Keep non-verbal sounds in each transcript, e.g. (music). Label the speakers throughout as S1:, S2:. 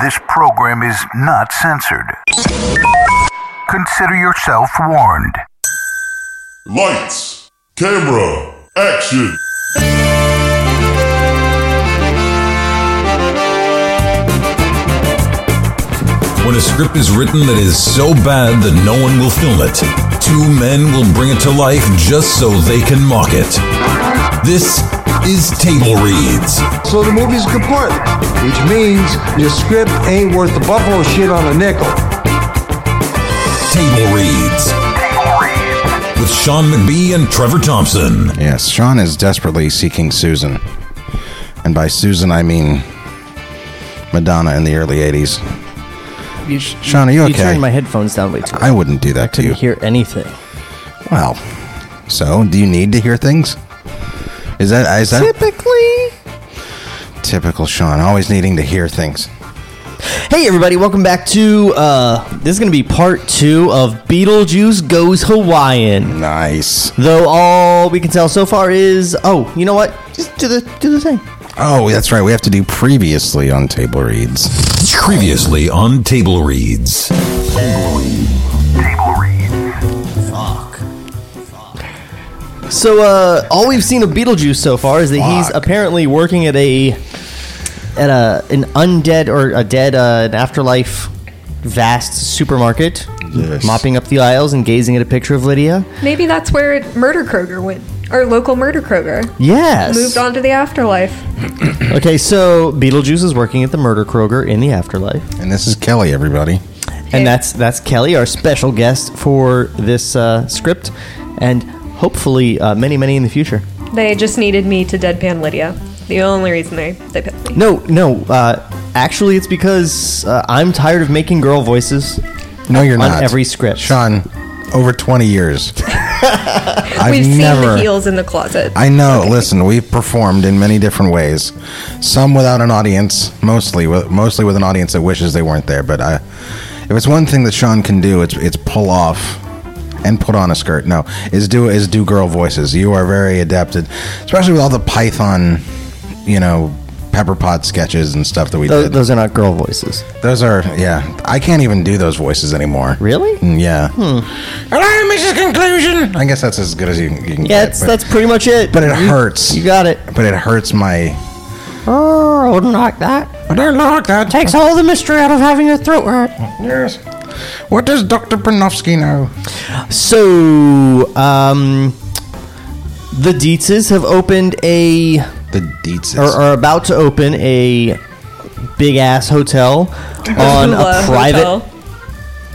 S1: This program is not censored. Consider yourself warned.
S2: Lights, camera, action.
S3: When a script is written that is so bad that no one will film it, two men will bring it to life just so they can mock it. This is Table Reads.
S4: So the movie's complete, which means your script ain't worth the buffalo shit on a nickel.
S3: Table Reads. With Sean McBee and Trevor Thompson.
S5: Yes, Sean is desperately seeking Susan. And by Susan, I mean Madonna in the early 80s.
S6: You,
S5: Sean, are you
S6: You
S5: okay?
S6: turned my headphones down way too.
S5: I wouldn't do that to you.
S6: couldn't hear anything.
S5: Well, so do you need to hear things? Is that is that
S6: Typically.
S5: typical Sean? Always needing to hear things.
S6: Hey everybody, welcome back to uh this is gonna be part two of Beetlejuice Goes Hawaiian.
S5: Nice.
S6: Though all we can tell so far is oh, you know what? Just do the do the thing.
S5: Oh, that's right. We have to do previously on table reads.
S3: Previously on Table Reads.
S6: So uh all we've seen of Beetlejuice so far is that he's
S5: Fuck.
S6: apparently working at a at a an undead or a dead uh, an afterlife vast supermarket.
S5: Yes.
S6: Mopping up the aisles and gazing at a picture of Lydia.
S7: Maybe that's where Murder Kroger went, or local Murder Kroger
S6: Yes.
S7: moved on to the afterlife.
S6: Okay, so Beetlejuice is working at the Murder Kroger in the afterlife,
S5: And this is Kelly, everybody.
S6: and that's that's Kelly, our special guest for this uh, script, and hopefully uh, many many in the future.
S7: They just needed me to deadpan Lydia. The only reason they they picked me.
S6: No, no, uh, actually, it's because uh, I'm tired of making girl voices.
S5: No, you're
S6: On
S5: not.
S6: every script.
S5: Sean. Over 20
S7: (laughs)
S5: years. I've
S7: We've seen
S5: never.
S7: the heels in the closet.
S5: I know. Listen, we've performed in many different ways. Some without an audience, mostly with mostly with an audience that wishes they weren't there. But I, if it's one thing that Sean can do, it's it's pull off and put on a skirt. No, is do is do girl voices. You are very adept, at, especially with all the Python, you know, Pepper Pot sketches and stuff that we
S6: Those,
S5: did.
S6: those are not girl voices,
S5: Those are yeah. I can't even do those voices anymore.
S6: really. Hmm.
S5: Mm, Yeah. Hello, Mrs. Conclusion. I guess that's as good as you, you can get.
S6: Yeah, that's
S5: but-
S6: that's pretty much it.
S5: but it
S6: You-
S5: hurts.
S6: You got it.
S5: but it hurts my.
S6: Oh, I wouldn't like that.
S5: I don't like that.
S6: Takes all the mystery out of having a throat hurt.
S5: Yes. What does Dr. Pronofsky know?
S6: So, um, the Dietzes have opened a,
S5: The deets.
S6: or are about to open a big ass hotel on a
S7: Hula
S6: private.
S7: Hotel.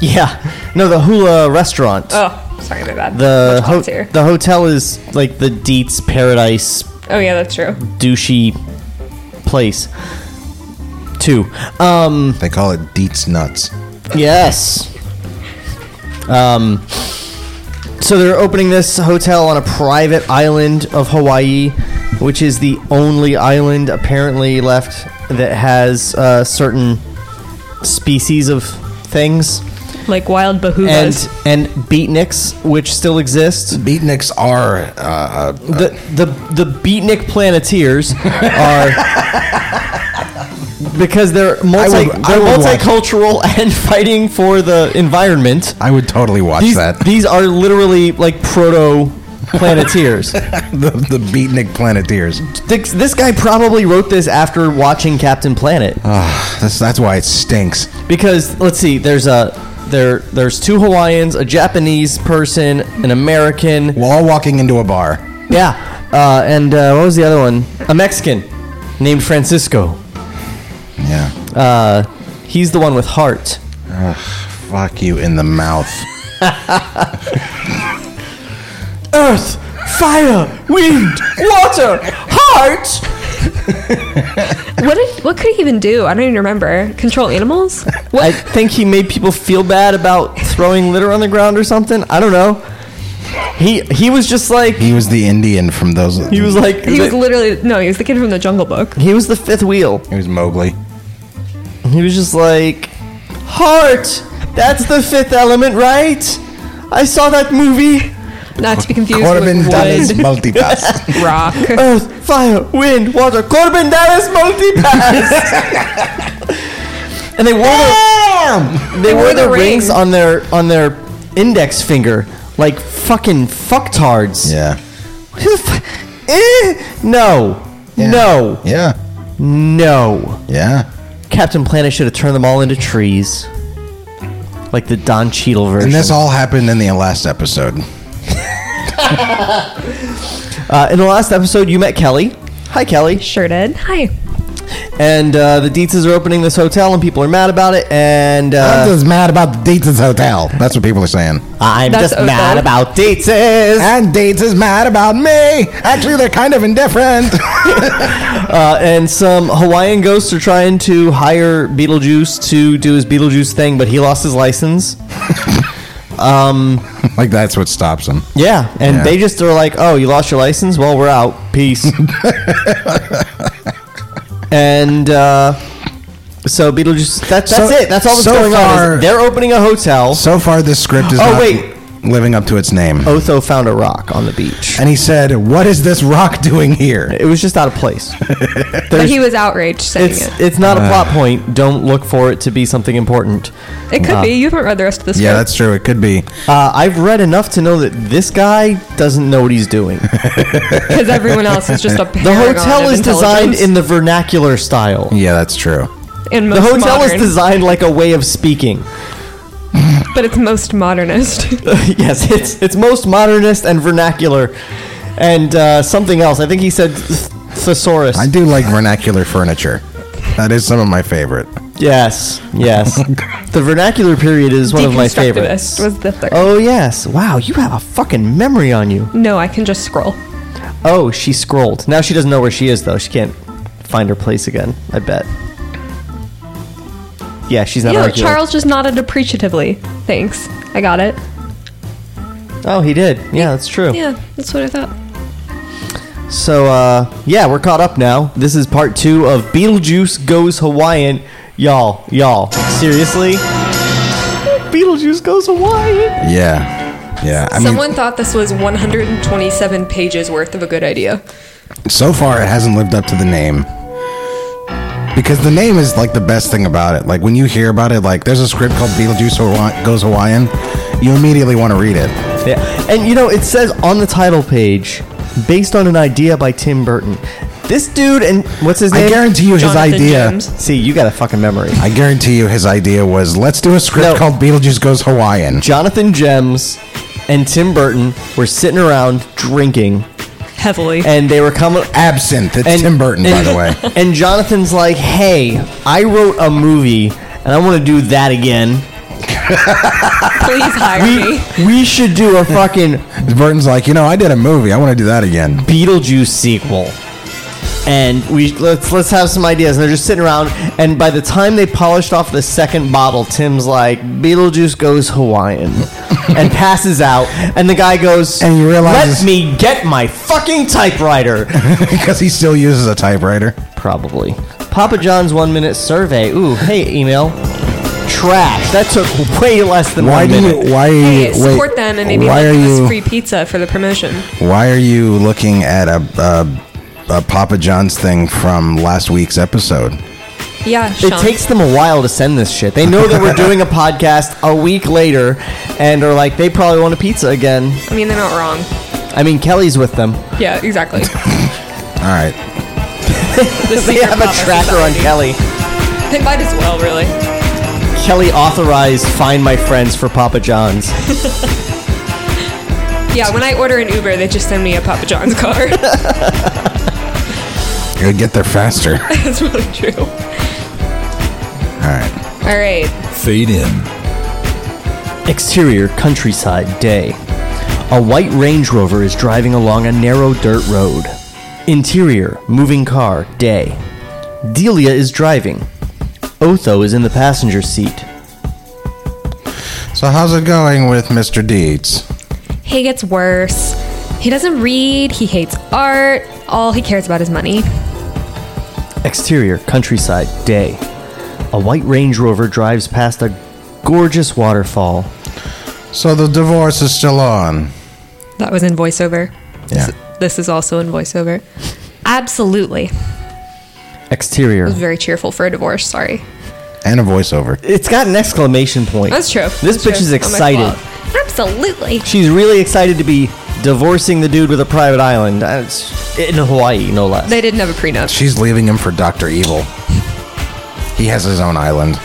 S6: Yeah, no, the Hula restaurant.
S7: Oh, sorry, my bad.
S6: the
S7: Much
S6: ho-
S7: closer.
S6: the hotel is like the Dietz Paradise
S7: oh yeah, that's true.
S6: douchey place. Two. Um.
S5: they call it deets nuts.
S6: Yes. Um, so they're opening this hotel on a private island of Hawaii, which is the only island apparently left that has uh, certain species of things
S7: Like wild behoovas.
S6: and and beatniks which still exist.
S5: Beatniks are. Uh, uh,
S6: The the the
S5: (laughs)
S6: beatnik planeteers are. Because they're, multi,
S5: I would
S6: they're
S5: watch-
S6: multicultural and fighting for the environment.
S5: I would totally watch
S6: these,
S5: that.
S6: these are literally like proto (laughs)
S5: (laughs)
S6: planeteers.
S5: the, the Beatnik Planeteers.
S6: this, this guy probably wrote this after watching Captain Planet
S5: Ah, that's, that's why it stinks.
S6: because let's see, there's a there there's two Hawaiians, a Japanese person, an American,
S5: While walking into a bar.
S6: yeah, uh, and uh, what was the other one? A Mexican named Francisco.
S5: Yeah.
S6: Uh, he's the one with heart.
S5: Fuck you in the mouth.
S6: Earth, fire, wind, water, heart.
S7: (laughs) what did, what could he even do? I don't even remember. Control animals?
S6: I think he made people feel bad about throwing litter on the ground or something. I don't know. He he was just like
S5: He was the Indian from those.
S6: he was like
S7: He was literally no. He was the kid from the Jungle Book.
S6: he was the fifth wheel.
S5: He was Mowgli.
S6: He was just like heart. That's the fifth element, right? I saw that movie.
S7: Not to be confused
S5: Corbin Dallas
S7: with wood,
S5: (laughs) Multipass.
S7: rock.
S6: Earth, fire, wind, water. Corbin Dallas multipass. and they wore their, they wore their
S7: the ring.
S6: rings on their on their index finger like fucking fucktards.
S5: Yeah.
S6: Who the fu- eh, no, no,
S5: Yeah.
S6: no.
S5: Yeah.
S6: Captain Planet should have turned them all into trees, like the Don Cheadle version.
S5: And this all happened in the last episode.
S6: uh, in the last episode, you met Kelly. Hi, Kelly.
S7: Sure did. Hi.
S6: And uh, the Dietzes are opening this hotel, and people are mad about it. And uh,
S5: I'm just mad about Dates' hotel. That's what people are saying.
S6: I'm
S7: That's
S6: just mad
S7: Otho.
S6: about Dietzes.
S5: And Dates is mad about me. Actually, they're kind of indifferent.
S6: Uh, and some Hawaiian ghosts are trying to hire Beetlejuice to do his Beetlejuice thing, but he lost his license.
S5: (laughs) like that's what stops them.
S6: Yeah, and
S5: Yeah.
S6: they just are like, "Oh, you lost your license? Well, we're
S5: (laughs)
S6: out. Peace." and uh, so Beetlejuice. That, that's
S5: So-
S6: it. That's all that's
S5: so
S6: going on.
S5: far-
S6: is They're opening a hotel.
S5: So far, this script is
S6: Oh,
S5: not
S6: wait.
S5: living up to its name.
S6: Otho found a rock on the beach.
S5: And he said, "What is this rock doing here?"
S6: It was just out of
S5: (laughs)
S6: place.
S7: But he was outraged saying
S6: It's
S7: it.
S6: it's
S5: Uh.
S6: not a plot point. Don't look for it to be something important.
S7: It could be. You haven't read the rest of the script.
S5: Yeah, that's true. It could be.
S6: Uh, I've read enough to know that this guy doesn't know what
S5: (laughs)
S6: he's doing.
S7: because everyone else is just a
S6: (laughs) The hotel is designed in the vernacular style.
S5: Yeah, that's true.
S7: in most
S6: The hotel
S7: modern,
S6: is designed like a way of speaking.
S7: but it's most modernist.
S6: yes, it's it's most modernist and vernacular, and uh, something else. I think he said th- thesaurus.
S5: I do like vernacular furniture. That is some of my favorite.
S6: yes, yes. the vernacular period is (laughs) one of my favorites.
S7: Deconstructivist was the third.
S6: oh yes! Wow, you have a fucking memory on you.
S7: No, I can just scroll.
S6: Oh, she scrolled. Now she doesn't know where she is though. She can't find her place again. I bet. Yeah, she's not
S7: You know,
S6: arguing.
S7: Charles just nodded appreciatively. Thanks. I got it.
S6: Oh, he did. Yeah, that's true.
S7: Yeah, that's what I thought.
S6: So, uh, yeah, we're caught up now. This is part two of Beetlejuice Goes Hawaiian. Y'all, y'all, seriously? Beetlejuice Goes Hawaiian.
S5: Yeah, yeah. I
S7: Someone thought this was 127 pages worth of a good idea.
S5: mean, so far it hasn't lived up to the name. Because the name is like the best thing about it. Like when you hear about it, like there's a script called Beetlejuice Hawa- Goes Hawaiian, you immediately want to read it.
S6: Yeah. And you know, it says on the title page, based on an idea by Tim Burton. This dude and what's his name?
S5: I guarantee you his
S7: Jonathan
S5: idea.
S7: James.
S6: See, you got a fucking memory.
S5: I guarantee you his idea was let's do a script
S6: No.
S5: called Beetlejuice Goes Hawaiian.
S6: Jonathan Gems and Tim Burton were sitting around drinking,
S7: Heavily.
S6: and they were coming.
S5: Absinthe. It's
S6: And-
S5: Tim Burton, by the way.
S6: (laughs) And Jonathan's like, "Hey, I wrote a movie, and I want to do that again."
S7: (laughs) Please hire me.
S6: we should do a fucking
S5: Burton's like, you know, I did a movie. I want to do that again. (laughs)
S6: Beetlejuice sequel. And we let's let's have some ideas. And they're just sitting around. And by the time they polished off the second bottle, Tim's like, Beetlejuice goes
S5: (laughs)
S6: Hawaiian, and passes out. And the guy goes,
S5: And you realize-
S6: let me get my
S5: (laughs)
S6: fucking typewriter.
S5: because he still uses a typewriter.
S6: Probably. Papa John's one minute survey. Ooh, hey email. Trash. That took way less than
S5: Why
S6: one
S5: do
S6: minute.
S5: you? Why
S7: Hey,
S5: wait,
S7: support them and maybe
S5: why
S7: they'll
S5: are
S7: give us
S5: you?
S7: free pizza for the promotion.
S5: Why are you looking at a, a a Papa John's thing from last week's episode?
S7: Yeah,
S6: It
S7: Sean.
S6: takes them a while to send this shit. They know that we're
S5: (laughs)
S6: doing a podcast a week later and are like, they probably want a pizza again.
S7: I mean, they're not wrong.
S6: I mean, Kelly's with them.
S7: Yeah,
S6: (laughs)
S7: exactly.
S5: All right,
S7: This
S6: They
S7: is your
S6: have
S7: proper
S6: a tracker on
S7: society.
S6: Kelly.
S7: They might as well, really.
S6: Kelly authorized Find My Friends for Papa John's.
S7: Yeah, when I order an Uber, they just send me a Papa
S6: (laughs)
S7: John's card. (laughs)
S5: you'll get there
S7: (laughs)
S5: faster. All
S7: That's really true.
S5: right,
S7: All right.
S3: Fade in.
S6: Exterior countryside day. A white Range Rover is driving along a narrow dirt road. Interior moving car day. Delia is driving. Otho is in the passenger seat.
S5: so how's it going with Mr. Deeds?
S7: He gets worse. He doesn't read. He hates art. All he cares about is money.
S6: Exterior countryside day. A white Range Rover drives past a gorgeous waterfall.
S5: So the divorce is still on.
S7: That was in voiceover.
S5: Yeah.
S7: This is also in voiceover. Absolutely.
S6: Exterior
S7: Very cheerful for a divorce. Sorry.
S5: and a voiceover.
S6: It's got an exclamation point.
S7: That's true.
S6: This
S7: That's
S6: bitch
S7: true. Oh
S6: is
S7: I'm
S6: excited.
S7: excited. Absolutely.
S6: She's really excited to be divorcing the dude with a private island Uh, it's in Hawaii, no less.
S7: They didn't have a prenup.
S5: She's leaving him for Doctor Evil. He has his own island.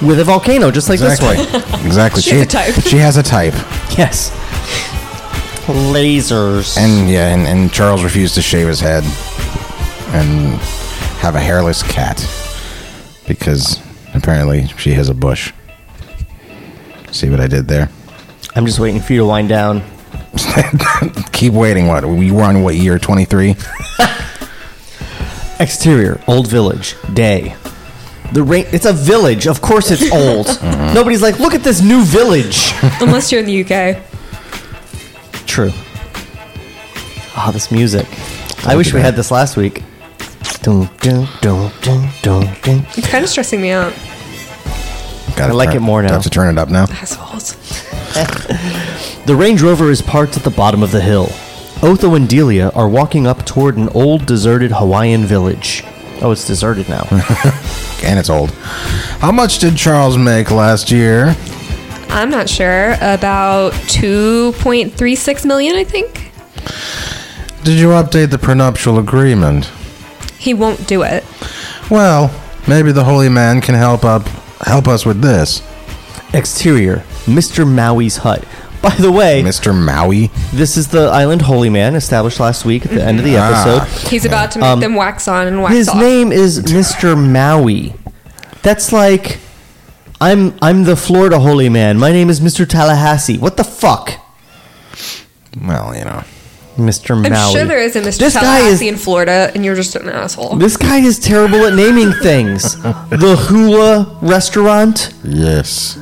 S6: with a volcano, just like
S5: Exactly.
S6: this one.
S7: (laughs)
S5: exactly.
S7: She has a type.
S5: She has a type.
S6: (laughs) Yes. Lasers.
S5: And yeah, and, and Charles refused to shave his head and have a hairless cat because apparently she has a bush. See what I did there?
S6: I'm just waiting for you to wind down.
S5: Keep waiting. What we were on? What year? Twenty three.
S6: Exterior, old village, day. The rain. It's a village. Of course, it's (laughs) old. Nobody's like, look at this new village.
S7: Unless you're in the UK.
S6: (laughs) True. Ah, this music. I wish we had this last week. Dun, dun, dun, dun, dun, dun.
S7: It's kind of stressing me out.
S6: (laughs) I like it more now.
S5: Have to turn it up now.
S7: Assholes.
S6: The Range Rover is parked at the bottom of the hill. Otho and Delia are walking up toward an old deserted Hawaiian village. Oh, it's deserted now.
S5: And it's old. How much did Charles make last year?
S7: I'm not sure. About 2.36 million, I think.
S5: Did you update the prenuptial agreement?
S7: He won't do it.
S5: Well, maybe the holy man can help up help us with this.
S6: Exterior, Mr. Maui's hut. By the way,
S5: Mr. Maui.
S6: this is the island holy man established last week at the end of the episode.
S7: He's about to make them wax on and wax
S6: Um, His
S7: off.
S6: name is Mr. Maui. That's like I'm I'm the Florida holy man. My name is Mr. Tallahassee. What the fuck?
S5: Well, you know.
S6: Mr.
S7: I'm
S6: Maui.
S7: sure there is a Mr.
S6: This guy
S7: Tallahassee
S6: is
S7: in Florida, and you're just an asshole.
S6: This guy is terrible at naming things. the Hula restaurant,
S5: Yes.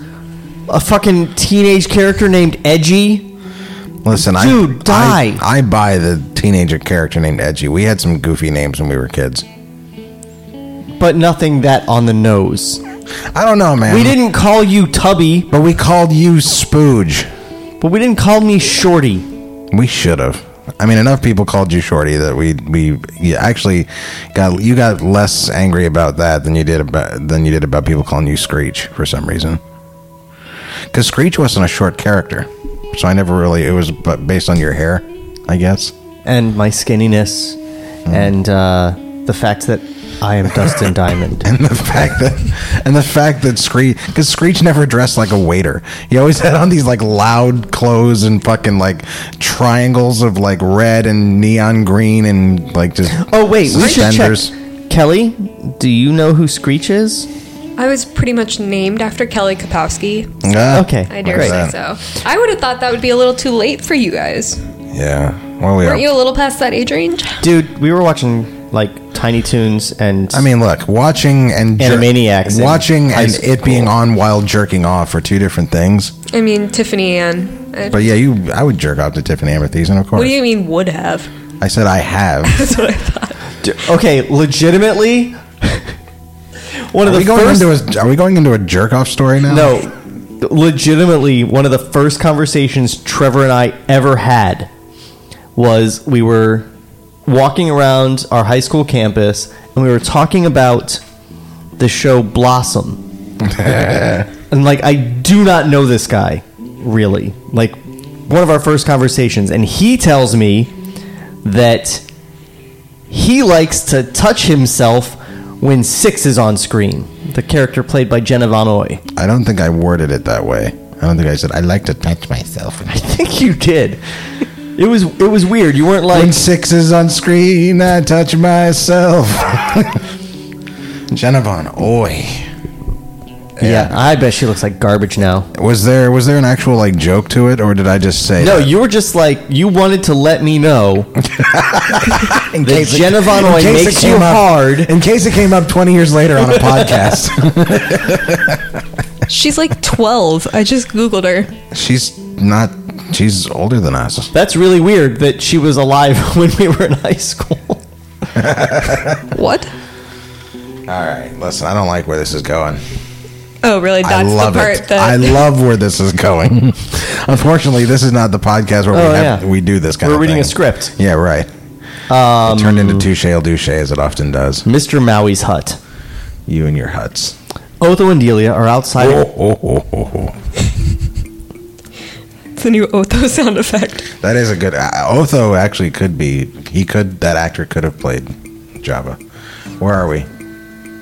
S6: a fucking teenage character named Edgy.
S5: Listen, I
S6: Dude, die.
S5: I, I buy the teenager character named Edgy. We had some goofy names when we were kids.
S6: But nothing that on the nose.
S5: I don't know, man.
S6: We didn't call you Tubby,
S5: but we called you Spooge.
S6: but we didn't call me Shorty.
S5: We should have. I mean, enough people called you Shorty that we we you actually got you got less angry about that than you did about than you did about people calling you Screech for some reason. Because Screech wasn't a short character, so I never really it was but based on your hair, I guess.
S6: and my skinniness
S5: Mm.
S6: and uh, the fact that I am
S5: (laughs)
S6: Dustin Diamond.
S5: And the fact that and the fact that Screech because Screech never dressed like a waiter. He always had on these like loud clothes and fucking like triangles of like red and neon green and like just
S6: Oh wait, we should check.
S5: suspenders.
S6: Kelly, do you know who Screech is?
S7: I was pretty much named after Kelly Kapowski.
S5: Ah,
S6: Okay,
S7: I dare
S5: Great.
S7: say so. I would have thought that would be a little too late for you guys.
S5: Yeah. Well, we are.
S7: Aren't you a little past that age range?
S6: dude. We were watching like Tiny Toons and
S5: I mean, look, watching and
S6: Animaniacs in
S5: watching
S6: high
S5: and
S6: school.
S5: it being on while jerking off are two different things.
S7: I mean, Tiffany Ann. I-
S5: But yeah, you, I would jerk off to Tiffany Amethyst, and of course,
S7: what do you mean would have?
S5: I said I
S6: (laughs)
S5: have.
S7: That's what I thought.
S6: okay,
S5: (laughs)
S6: legitimately, one of
S5: are
S6: the
S5: we going
S6: first
S5: into a Are we going into a jerk off story now?
S6: no, legitimately one of the first conversations Trevor and I ever had was we were walking around our high school campus and we were talking about the show Blossom. and like I do not know this guy really. Like one of our first conversations and he tells me that he likes to touch himself when Six is on screen. The character played by Jenna Von Oy.
S5: I don't think I worded it that way. I don't think I said I like to touch myself.
S6: (laughs) I think you did. It was it was weird. You weren't like
S5: When six is on screen, I touch myself. (laughs) Genevieve, oi.
S6: yeah. I bet she looks like garbage now.
S5: Was there was there an actual like joke to it, or did I just say
S6: No, you were just like you wanted to let me know that
S5: it-
S6: Jenna
S5: (laughs)
S6: Von
S5: in
S6: Oy
S5: case it
S6: makes you
S5: came up-
S6: hard.
S5: In case it came up 20 years later
S6: (laughs)
S5: on a podcast. (laughs)
S6: (laughs)
S7: She's like 12. I just Googled her.
S5: she's not, she's older than us.
S6: That's really weird that she was alive (laughs) when we were in
S5: (laughs)
S6: high school.
S7: What?
S5: All right, listen, I don't like where this is going.
S7: Oh, really?
S5: I
S7: That's
S5: love
S7: the part
S5: it.
S7: that.
S5: I love where this is going. (laughs) Unfortunately, this is not the podcast where
S6: Oh,
S5: we, have,
S6: yeah.
S5: we do this kind
S6: We're
S5: of
S6: reading a
S5: thing.
S6: script.
S5: Yeah, right. Um, it turned into touche al douche as it often does.
S6: Mr. Maui's hut.
S5: You and your huts.
S6: Otho and Delia are outside.
S7: It's the new Otho sound effect.
S5: That is a good. Uh, Otho actually could be. He could. That actor could have played Java. Where are we?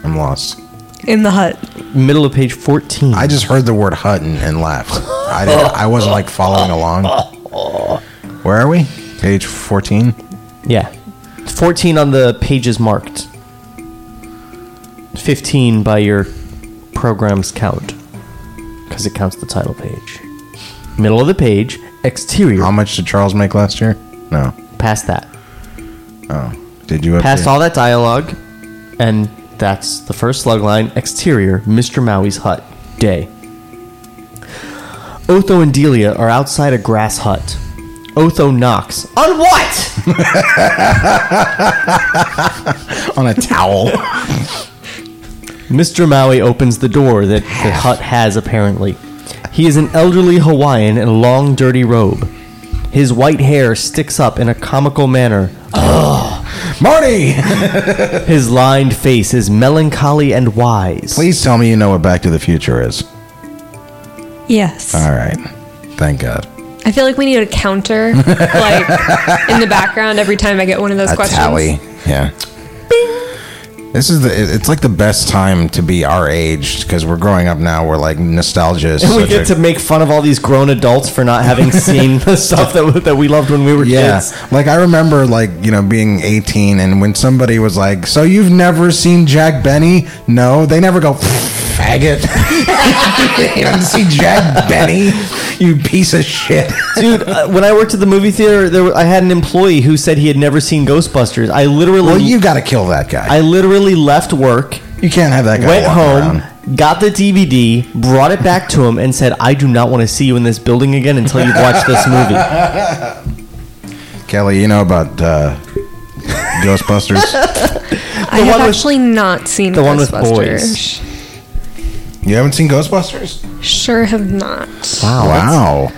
S5: I'm lost.
S7: In the hut.
S6: Middle of page 14.
S5: I just heard the word hut and, and laughed. I didn't, I wasn't like following along. Where are we? Page 14.
S6: yeah. 14 on the pages marked. 15 by your program's count. Because it counts the title page. Middle of the page, exterior.
S5: How much did Charles make last year? No.
S6: past that.
S5: Did you?
S6: Past
S5: update?
S6: all that dialogue, and that's the first slug line exterior, Mr. Maui's hut, day. Otho and Delia are outside a grass hut. Otho knocks. On what?
S5: on a towel.
S6: Mr. Maui opens the door that the hut has, apparently. He is an elderly Hawaiian in a long, dirty robe. His white hair sticks up in a comical manner.
S5: (laughs) Marty,
S6: His lined face is melancholy and wise.
S5: please tell me you know what Back to the Future is.
S7: Yes.
S5: All right. Thank God.
S7: I feel like we need a counter, like in the background every time I get one of those
S5: a
S7: questions.
S5: tally. Yeah. This is the. it- It's like the best time to be our age because we're growing up now. We're like nostalgia. Is
S6: (laughs) And we
S5: such
S6: get
S5: a-
S6: to make fun of all these grown adults for
S5: (laughs)
S6: not having seen the stuff that, that we loved when we were
S5: yeah,
S6: kids.
S5: like I remember, like you know, being 18, and when somebody was like, "So you've never seen Jack Benny?" No, they never go faggot. (laughs) you didn't see Jack Benny, you piece of shit.
S6: Dude, uh, when I worked at the movie theater, there were, I had an employee who said he had never seen Ghostbusters. I literally,
S5: Well, you got to kill that guy.
S6: I literally left work,
S5: you can't have that guy.
S6: went
S5: walking
S6: home,
S5: around.
S6: got the DVD, brought it back to him, and said, "I do not want to see you in this building again until you've watched this
S7: (laughs)
S6: movie."
S5: Kelly. You know about uh,
S6: (laughs)
S5: Ghostbusters?
S7: I have
S6: one with-
S7: actually not seen
S6: the one with
S7: Ghostbusters.
S5: You haven't seen Ghostbusters?
S7: Sure have not.
S5: wow.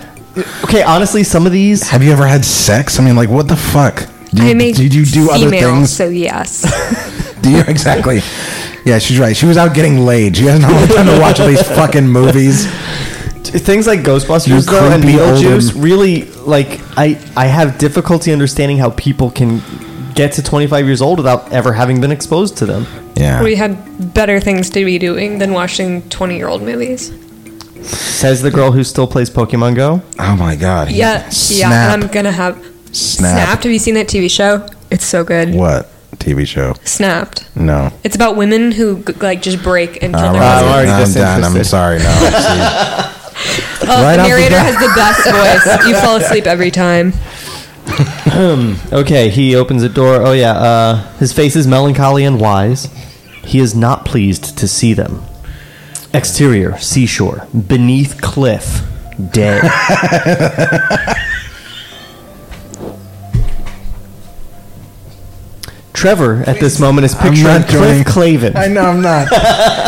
S6: Okay, honestly, some of these
S5: Have you ever had sex? I mean, like, what the fuck? Do you,
S7: I make
S5: did you do other
S7: female,
S5: things?
S7: so
S5: (laughs)
S7: yes.
S5: Do you exactly? Yeah, she's right. She was out getting laid. She hasn't had time to watch all these fucking movies.
S6: things like
S5: Your
S6: Ghostbusters though and
S5: creepy old
S6: Beetlejuice
S5: em-
S6: really like I I have difficulty understanding how people can get to 25 years old without ever having been exposed to them.
S5: Yeah.
S7: we had better things to be doing than watching 20 year old movies.
S6: Says the girl who still plays Pokemon Go.
S5: Oh my god. he-
S7: Yeah, yeah.
S5: Snap.
S7: and I'm gonna have
S5: Snap.
S7: Snapped. Have you seen that TV show? It's so good.
S5: What TV show?
S7: Snapped.
S5: No.
S7: It's about women who g- like just break and kill their
S6: I'm
S7: husbands.
S6: already
S5: I'm done. I'm
S6: disinterested.
S5: sorry. No.
S6: (laughs)
S5: See,
S7: Oh,
S5: right
S7: the
S5: off the
S7: narrator
S5: bat.
S7: has the best voice. You fall asleep every time.
S6: Okay, he opens the door. Oh yeah, uh, his face is melancholy and wise. He is not pleased to see them. Exterior, seashore, beneath cliff,
S5: (laughs)
S6: dead. Trevor at this moment is
S5: I'm
S6: picturing
S5: not
S6: Cliff
S5: doing-
S6: Clavin.
S5: I know I'm not.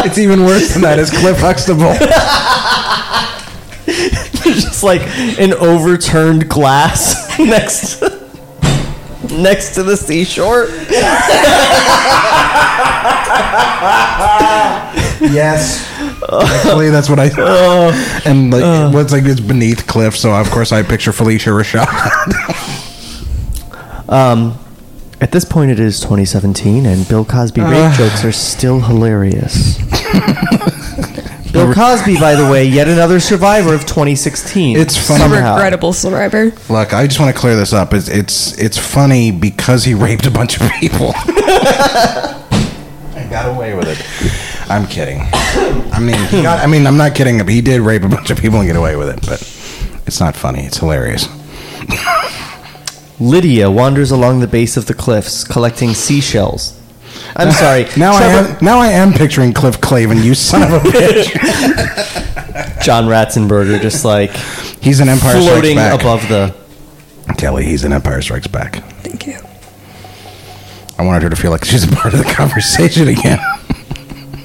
S5: It's even worse than that. It's Cliff Huxtable.
S6: (laughs) just like an overturned glass (laughs) next next to the seashore.
S5: yes. Actually, that's what I.
S6: Uh,
S5: and like, what's like it's beneath Cliff, so of course I picture Felicia
S6: (laughs)
S5: Rashad.
S6: At this point, it is 2017, and Bill Cosby
S5: Ah.
S6: rape jokes are
S5: (laughs)
S6: still hilarious. Bill Cosby, by the way, yet another survivor of 2016.
S5: It's funny.
S7: A
S6: Somehow.
S7: regrettable survivor.
S5: Look, I just want to clear this up. It's it's it's funny because he raped a bunch of people. (laughs) I got away with it. I'm kidding. I mean, he got, I mean, I'm not kidding. He did rape a bunch of people and get away with it, but it's not funny. It's hilarious.
S6: Lydia wanders along the base of the cliffs, collecting seashells. I'm sorry.
S5: Now I
S6: Trevor-
S5: am now I am picturing Cliff Clavin. You son
S6: (laughs)
S5: of a bitch.
S6: John Ratzenberger, just like
S5: He's an Empire
S6: floating
S5: Strikes Back.
S6: above the.
S5: Kelly, he's an Empire Strikes Back.
S7: Thank you.
S5: I wanted her to feel like she's a part of the conversation again. (laughs)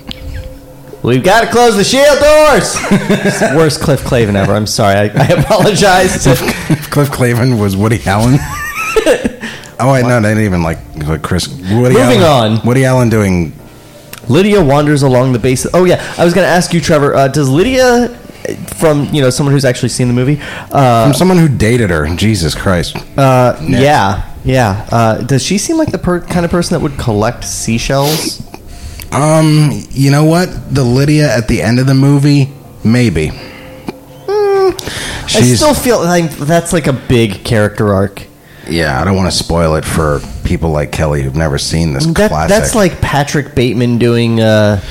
S6: We've got to close the shield doors.
S5: (laughs)
S6: It's the worst Cliff Clavin ever. I'm sorry. I, I apologize. to-
S5: If Cliff Clavin was Woody
S6: (laughs)
S5: Allen. oh, I know. I didn't even like like Chris. Woody
S6: Moving
S5: Allen,
S6: on.
S5: Woody Allen doing
S6: Lydia wanders along the base. Oh yeah, I was going to ask you, Trevor. Uh, does Lydia, uh, from you know someone who's actually seen the movie, uh,
S5: From someone who dated her, Jesus Christ.
S6: uh, yeah, yeah, uh, does she seem like the per- kind of person that would collect seashells?
S5: Um, you know what? The Lydia at the end of the movie, maybe. Hmm.
S6: I
S5: She's
S6: still feel like that's like a big character arc.
S5: yeah. I don't want to spoil it for people like Kelly who've never seen this
S6: That,
S5: classic.
S6: that's like Patrick Bateman doing uh,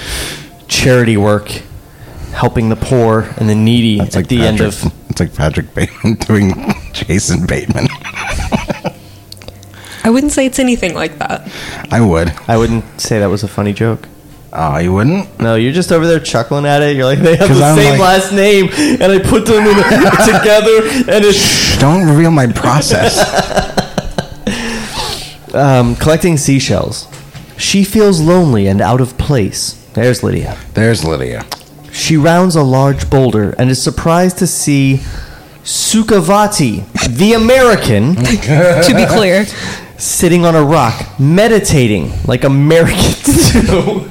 S6: charity work, helping the poor and the needy
S5: That's
S6: at the end
S5: Patrick- (laughs)
S6: of.
S5: It's like Patrick Bateman (laughs) doing Jason Bateman.
S7: I wouldn't say it's anything like that.
S5: I would.
S6: I wouldn't say that was a funny joke.
S5: Oh, you wouldn't?
S6: No, you're just over there chuckling at it. You're like, they have
S5: 'Cause
S6: the
S5: I'm
S6: same
S5: like-
S6: last name, and I put them in (laughs) together, and it's
S5: Don't reveal my process.
S6: um, collecting seashells. She feels lonely and out of place. There's Lydia.
S5: (laughs) There's Lydia.
S6: She rounds a large boulder and is surprised to see Sukavati, the American,
S7: To be clear,
S6: sitting on a rock, meditating like (laughs) Americans do.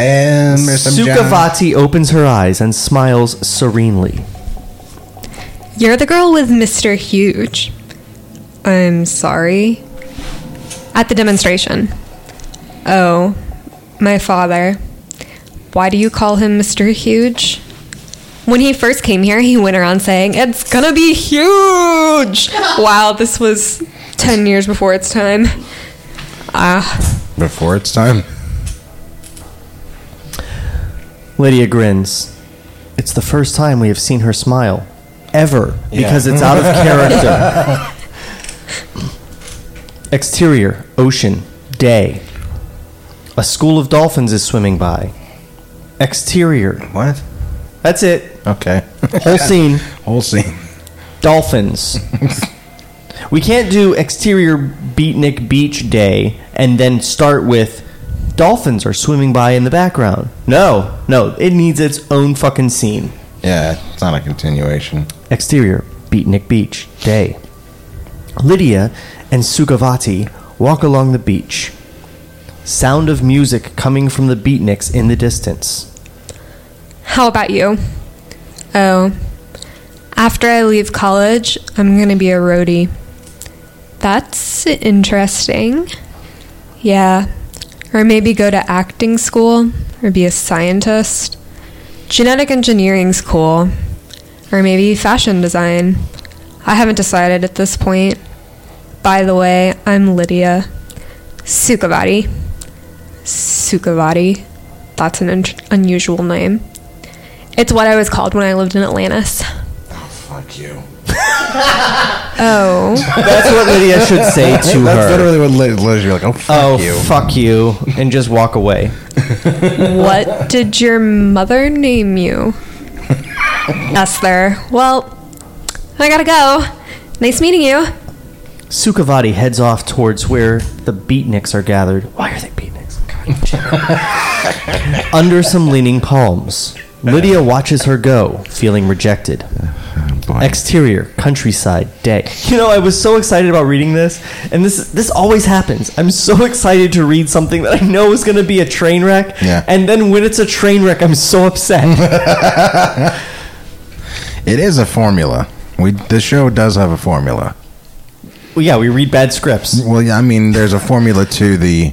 S5: And there's some John.
S6: Sukavati opens her eyes and smiles serenely.
S7: you're the girl with Mr. Huge. I'm sorry. At the demonstration. Oh, my father. Why do you call him Mr. Huge? When he first came here, he went around saying, It's gonna be huge! wow, this was 10 years before its time. Ah,
S5: Before it's time.
S6: Lydia grins. It's the first time we have seen her smile. Ever. Because it's (laughs) out of character. Exterior, ocean, day. A school of dolphins is swimming by. Exterior.
S5: What?
S6: That's it.
S5: Okay.
S6: (laughs) Whole scene.
S5: (laughs) Whole scene.
S6: Dolphins. we can't do exterior beatnik beach day and then start with dolphins are swimming by in the background. No, no, it needs its own fucking scene.
S5: Yeah, it's not a continuation.
S6: Exterior, Beatnik Beach, day. Lydia and Sukavati walk along the beach. Sound of music coming from the beatniks in the distance.
S7: How about you? Oh, after I leave college, I'm going to be a roadie. That's interesting. Yeah. Or maybe go to acting school or be a scientist. Genetic engineering's cool. Or maybe fashion design. I haven't decided at this point. By the way, I'm Lydia. Sukavati. Sukavati. That's an un- unusual name. It's what I was called when I lived in Atlantis.
S5: Fuck you.
S7: Oh,
S6: That's what Lydia should say to
S5: (laughs) That's
S6: her.
S5: literally what Liz, Liz you're like, oh, fuck
S6: Oh,
S5: you.
S6: fuck you, and just walk away.
S7: what did your mother name you? Esther. Well, I gotta go. Nice meeting you.
S6: Sukavati heads off towards where the beatniks are gathered. Why are they beatniks? (laughs) God, shit. Under some leaning palms. Lydia watches her go, feeling rejected.
S5: Boy.
S6: Exterior, countryside, day. You know, I was so excited about reading this, and this this always happens. I'm so (laughs) excited to read something that I know is going to be a train wreck,
S5: Yeah.
S6: and then when it's a train wreck, I'm so upset. (laughs)
S5: it is a formula. We The show does have a formula.
S6: well, yeah, we read bad scripts.
S5: Well, yeah, I mean, there's a formula to the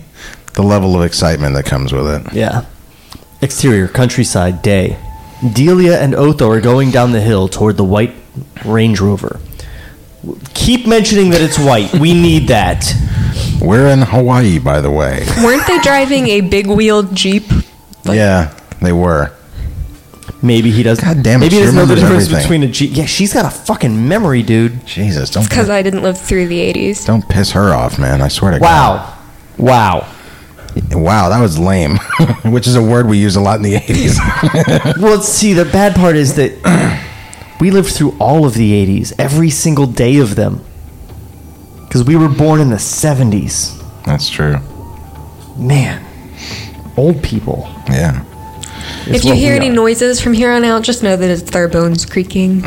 S5: the level of excitement that comes with it.
S6: Yeah. Exterior, countryside, day. Delia and Otho are going down the hill toward the white Range Rover. Keep mentioning that it's white. We need that.
S5: We're in Hawaii, by the way.
S7: Weren't they driving a big wheeled Jeep?
S5: yeah, they were.
S6: Maybe he doesn't.
S5: God damn it,
S6: Maybe
S5: she
S6: he doesn't know the
S5: remembers
S6: difference
S5: everything.
S6: between a Jeep. Yeah, she's got a fucking memory, dude.
S5: Jesus, don't
S7: Because I didn't live through the 80s.
S5: don't piss her off, man. I swear to
S6: Wow. Wow.
S5: God. Wow, that was lame. (laughs) Which is a word we use a lot in the 80s.
S6: Well, see, the bad part is that we lived through all of the 80s, every single day of them. Because we were born in the 70s.
S5: (laughs) That's true.
S6: Man. Old people.
S5: Yeah.
S7: If you hear any noises from here on out, just know that it's their
S6: (laughs)
S7: bones creaking.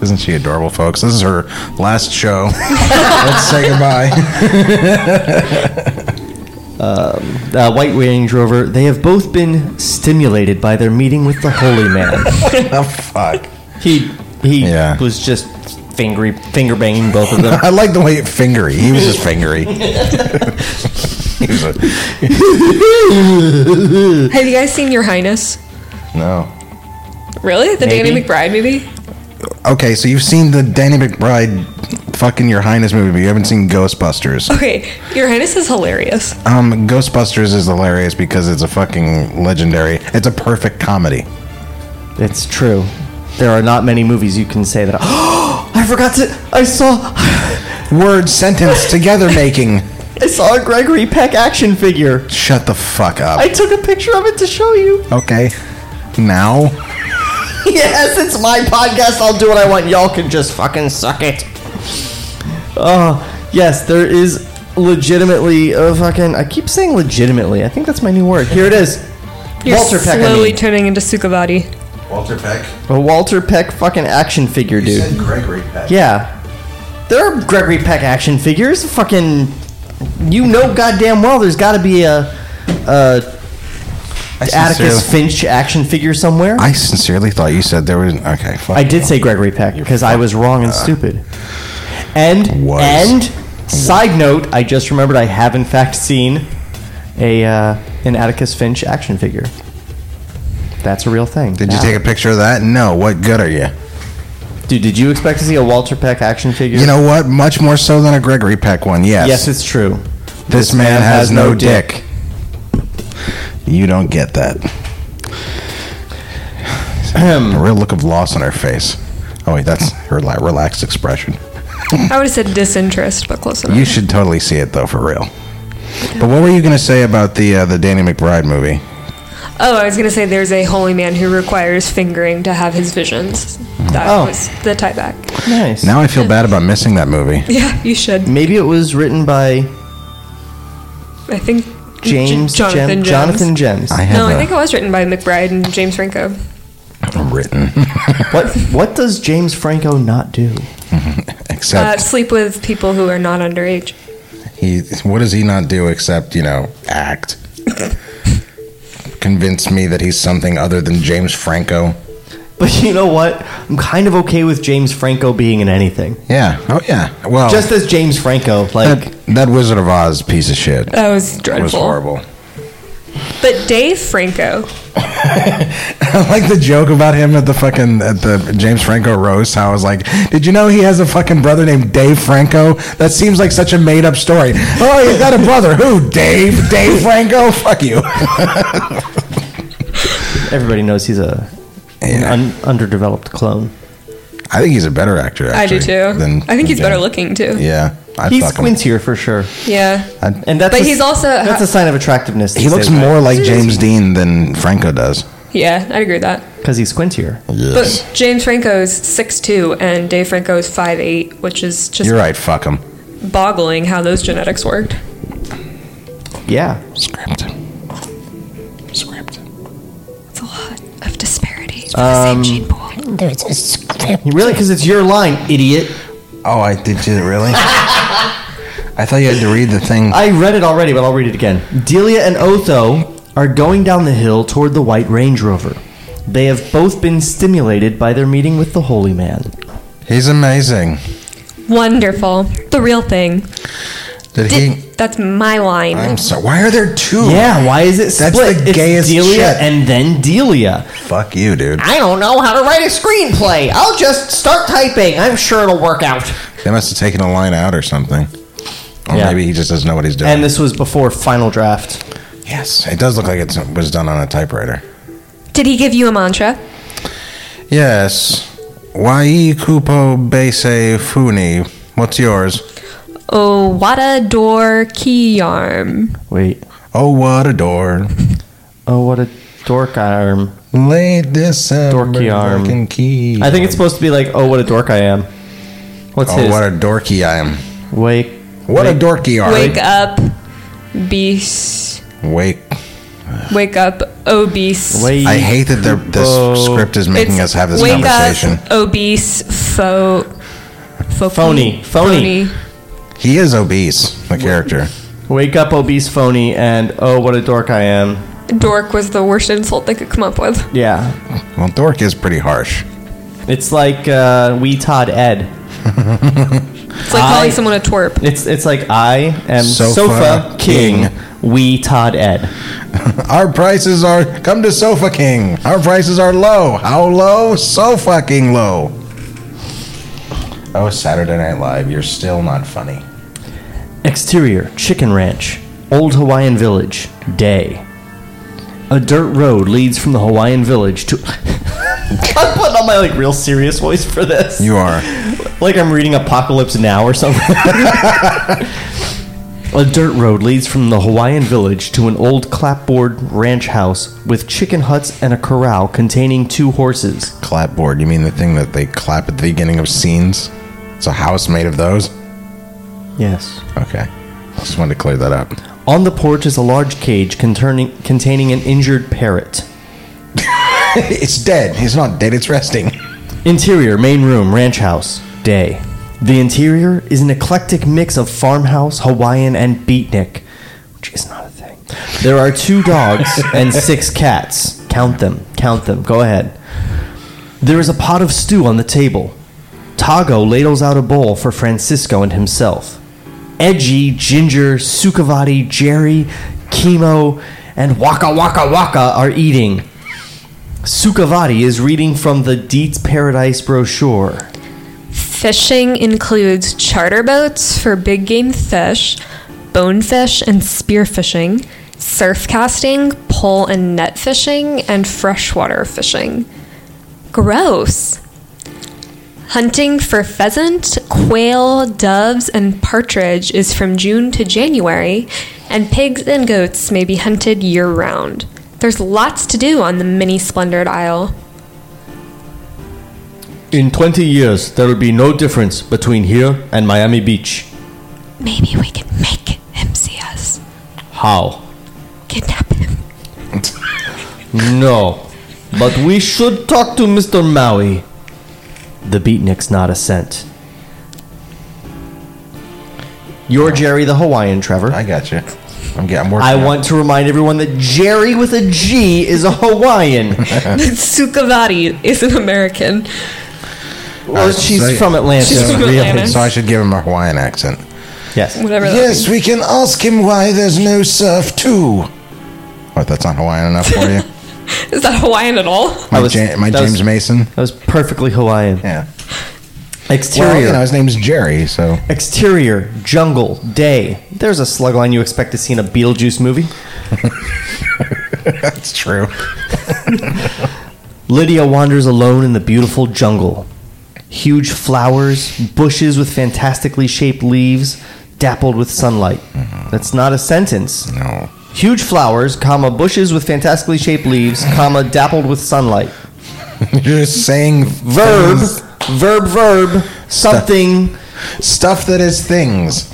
S5: Isn't she adorable, folks? This is her (laughs) last show. Let's say goodbye.
S6: um, uh, White Wing Drover, they have both been stimulated by their meeting with the Holy Man.
S5: (laughs) Oh, fuck.
S6: (laughs) He he
S5: Yeah.
S6: was just fingery finger banging both of them.
S5: I like the way it fingery. He was just (laughs) fingery. he was a,
S7: Have you guys seen Your Highness?
S5: no.
S7: Really? The Danny
S6: Maybe.
S7: McBride movie?
S5: Okay, so you've seen the Danny McBride fucking Your Highness movie, but you haven't seen Ghostbusters.
S7: Okay, Your Highness is hilarious.
S5: Um, Ghostbusters is hilarious because it's a fucking legendary. It's a perfect comedy.
S6: (laughs) it's true. There are not many movies you can say that. (gasps) Oh, I forgot to. I saw.
S5: Word sentence together making.
S6: I saw a Gregory Peck action figure.
S5: Shut the fuck up.
S6: I took a picture of it to show you.
S5: okay. Now?
S6: (laughs) yes, it's my podcast. I'll do what I want. Y'all can just fucking suck it. Oh, yes, there is legitimately a fucking. I keep saying legitimately. I think that's my new word. Here it is.
S7: You're
S6: Walter Peck. I
S7: slowly
S6: mean.
S7: turning into Sukavati.
S5: Walter Peck.
S6: A Walter Peck fucking action figure, dude.
S5: Gregory Peck.
S6: yeah. There are Gregory Peck action figures. Fucking. You know goddamn well there's gotta be a. a Atticus Finch action figure somewhere.
S5: I sincerely thought you said there was. Okay, fuck.
S6: I did say Gregory Peck because I was wrong and stupid. And
S5: Was.
S6: and side note, I just remembered I have in fact seen a uh, an Atticus Finch action figure. That's a real thing.
S5: Did you take a picture of that? No. What good are you?
S6: Dude, did you expect to see a Walter Peck action figure?
S5: You know what? Much more so than a Gregory Peck one. Yes.
S6: yes, it's true.
S5: this, man, has, no dick. You don't get that. (clears throat) a real look of loss on her face. Oh wait, that's her la- relaxed expression.
S7: I would have said disinterest, but close enough.
S5: You should totally see it though, for real. But what were you gonna say about the uh, the Danny McBride movie?
S7: Oh, I was gonna say there's a holy man who requires fingering to have his visions. That
S6: Oh.
S7: was the tie back.
S6: Nice.
S5: Now I feel bad about missing that movie.
S7: Yeah, you should.
S6: Maybe it was written by
S7: I think
S6: James
S7: J- Jonathan
S6: Gem-
S7: Gems.
S6: Jonathan Gems.
S5: I
S7: No,
S5: have
S7: I
S5: a-
S7: think it was written by McBride and James Franco. Uh,
S5: written
S6: What what does James Franco not do? (laughs)
S7: Uh,
S5: except
S7: sleep with people who are not underage.
S5: He, what does he not do except you know
S7: (laughs)
S5: act? Convince me that he's something other than James Franco.
S6: But you know what? I'm kind of okay with James Franco being in anything.
S5: Yeah. Oh Uh, yeah. Well,
S6: Just as James Franco, like
S5: that, that Wizard of Oz piece of shit
S7: That was dreadful.
S5: was
S7: (laughs)
S5: horrible.
S7: But Dave Franco,
S5: I like the joke about him at the fucking at the James Franco roast. How I was like, did you know he has a fucking brother named Dave Franco? That seems like such a made up story. Oh, he's got a brother. Who? Dave? Dave Franco? Fuck you. (laughs)
S6: everybody knows he's a an
S5: Yeah.
S6: un- underdeveloped clone.
S5: I think he's a better actor. Actually,
S7: I do too.
S5: than-
S7: I think he's
S5: than
S7: better
S5: James.
S7: looking too.
S5: Yeah, I
S6: He's
S5: fucking-
S6: squintier for sure,
S7: Yeah.
S5: I-
S6: and that's
S7: But
S6: a-
S7: he's also-
S6: that's a sign of attractiveness.
S5: He looks more like James Dean than Franco does.
S7: Yeah, I'd agree with that.
S6: because he's squintier.
S7: But James Franco's 6'2 and Dave Franco's 5'8, which is just
S5: You're right. Fuck him.
S7: boggling how those genetics worked.
S6: Yeah,
S5: Script. Script.
S7: It's a lot of disparities for the same gene pool.
S6: really, because it's your line, idiot.
S5: Oh, I did you (laughs) really? I thought you had to read the thing.
S6: I read it already, but I'll read it again. Delia and Otho are going down the hill toward the White Range Rover. They have both been stimulated by their meeting with the Holy Man.
S5: He's amazing.
S7: Wonderful. The real thing.
S5: Did he?
S7: That's my line.
S5: I'm sorry. Why are there two?
S6: Yeah, why is it
S5: That's
S6: split?
S5: the gayest
S6: Delia
S5: shit.
S6: and then Delia.
S5: Fuck you, dude.
S6: I don't know how to write a screenplay. I'll just start typing. I'm sure it'll work out.
S5: They must have taken a line out or something. Or
S6: Yeah.
S5: maybe he just doesn't know what he's doing.
S6: And this was before Final Draft.
S5: yes, it does look like it was done on a typewriter.
S7: Did he give you a mantra?
S5: Yes. Wai Kupo Base Funi. What's yours?
S7: Oh, Wada Door Keyarm.
S6: Wait.
S5: Oh, what a door.
S6: Oh, what a dork arm.
S5: Late December.
S6: Dorky arm.
S5: fucking Key.
S6: I think it's supposed to be like, oh, what a dork I am. What's
S5: Oh,
S6: his?
S5: what a dorky I am.
S6: Wake.
S5: What a dorky arm.
S7: Wake up, beast.
S5: Wake.
S7: Wake up, obese.
S6: Wake.
S5: I hate that they're- this
S6: Oh.
S5: script is making us have this
S7: wake
S5: conversation.
S7: up, obese, fo, fo
S6: Phony. Phony.
S5: He is obese, the character.
S6: Wake up, obese phony, and oh, what a dork I am.
S7: Dork was the worst insult they could come up with.
S6: Yeah.
S5: Well, dork is pretty harsh.
S6: It's like uh, we Todd Ed.
S7: It's like
S6: I-
S7: calling someone a twerp.
S6: It's it's like I am
S5: Sofa
S6: Sofa, King.
S5: King.
S6: We Todd Ed.
S5: Our prices are come to Sofa King. Our prices are low. How low? So fucking low. Oh, Saturday Night Live, you're still not funny.
S6: Exterior Chicken Ranch, Old Hawaiian Village, day. A dirt road leads from the Hawaiian Village to. (laughs) I'm putting on my like real serious voice for this.
S5: You are.
S6: like I'm reading Apocalypse Now or something. (laughs) A dirt road leads from the Hawaiian village to an old clapboard ranch house with chicken huts and a corral containing two horses.
S5: Clapboard, you mean the thing that they clap at the beginning of scenes? It's a house made of those?
S6: Yes.
S5: Okay. Just wanted to clear that up.
S6: On the porch is a large cage containing, containing an injured parrot.
S5: (laughs) it's dead. It's not dead, it's resting.
S6: Interior, main room, ranch house, day. The interior is an eclectic mix of farmhouse, Hawaiian, and beatnik, which is not a thing. There are two dogs and six cats. Count them, count them, go ahead. There is a pot of stew on the table. Tago ladles out a bowl for Francisco and himself. Edgy, Ginger, Sukavati, Jerry, Chemo, and Waka Waka Waka are eating. Sukavati is reading from the Dietz Paradise brochure.
S7: Fishing includes charter boats for big game fish, bonefish and spearfishing, surf casting, pole and net fishing, and freshwater fishing. Gross. Hunting for pheasant, quail, doves, and partridge is from June to January, and pigs and goats may be hunted year round. There's lots to do on the mini splendored isle.
S6: In 20 years, there will be no difference between here and Miami Beach.
S7: Maybe we can make him see us.
S6: How?
S7: Kidnap him.
S6: No. But we should talk to Mr. Maui. The beatnik's not a cent. You're Jerry the Hawaiian, Trevor.
S5: (laughs) I
S6: I,
S5: got you. I'm, get- I'm working. on it.
S6: want to remind everyone that Jerry with a G is a
S5: (laughs)
S6: Hawaiian.
S7: (laughs) Sukavati is an American.
S6: well,
S5: was
S6: she's
S5: saying-
S6: from Atlanta.
S7: She's
S5: (laughs)
S7: from
S6: really.
S7: Atlanta.
S5: So I should give him a Hawaiian accent.
S6: Yes.
S7: Whatever that
S5: Yes, we can ask him why there's no surf too. What? That's not Hawaiian enough for
S6: (laughs)
S5: you?
S7: (laughs) is. Is that Hawaiian at all?
S5: My,
S6: That was-
S5: Ja- my
S6: that was-
S5: James Mason.
S6: That was perfectly Hawaiian.
S5: Yeah.
S6: Exterior.
S5: Well, you know his name's Jerry, so
S6: Exterior, jungle, day. There's a slug line you expect to see in a Beetlejuice movie.
S5: that's true.
S6: Lydia wanders alone in the beautiful jungle. Huge flowers, bushes with fantastically shaped leaves, dappled with sunlight. That's not a sentence.
S5: Mm-hmm. No.
S6: Huge flowers, comma, bushes with fantastically shaped leaves, comma, dappled with sunlight.
S5: You're just saying
S6: Verb,
S5: things-
S6: verb, verb, something,
S5: stuff that is things.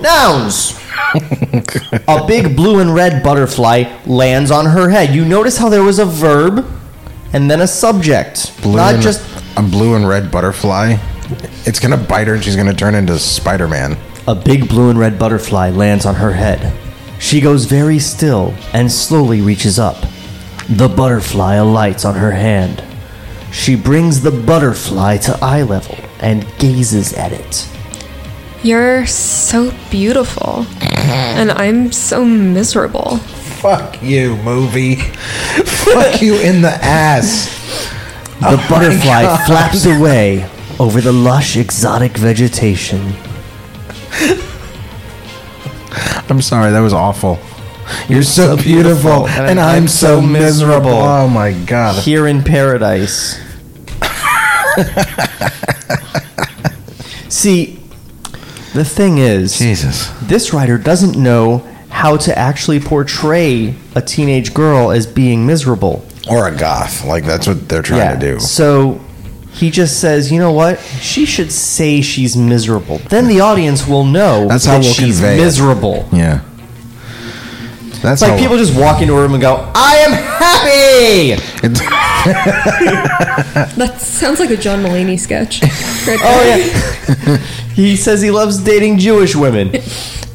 S6: nouns. a big blue and red butterfly lands on her head. You notice how there was a verb and then a subject.
S5: Blue
S6: not
S5: and-
S6: just
S5: a blue and red butterfly. It's gonna bite her and she's gonna turn into Spider Man.
S6: a big blue and red butterfly lands on her head. She goes very still and slowly reaches up. The butterfly alights on her hand. She brings the butterfly to eye level and gazes at it.
S7: You're so beautiful. And I'm so miserable.
S5: Fuck you, movie. Fuck you in the ass. Oh
S6: The butterfly flaps away over the lush exotic vegetation.
S5: I'm sorry, that was awful. You're, so, beautiful, and, I'm, so miserable. Oh my god.
S6: Here in paradise. (laughs) See, the thing is,
S5: Jesus.
S6: this writer doesn't know how to actually portray a teenage girl as being miserable.
S5: Or a goth. Like that's what they're trying to do.
S6: So he just says, you know what? She should say she's miserable. Then the audience will know
S5: That's how
S6: that
S5: we'll
S6: she's
S5: convey it.
S6: miserable.
S5: Yeah. That's
S6: It's like
S5: how-
S6: people just walk into a room and go, "I am happy."
S5: (laughs)
S8: (laughs)
S5: It's-
S7: That sounds like a John Mulaney sketch.
S6: (laughs) Oh yeah. he says he loves dating Jewish women.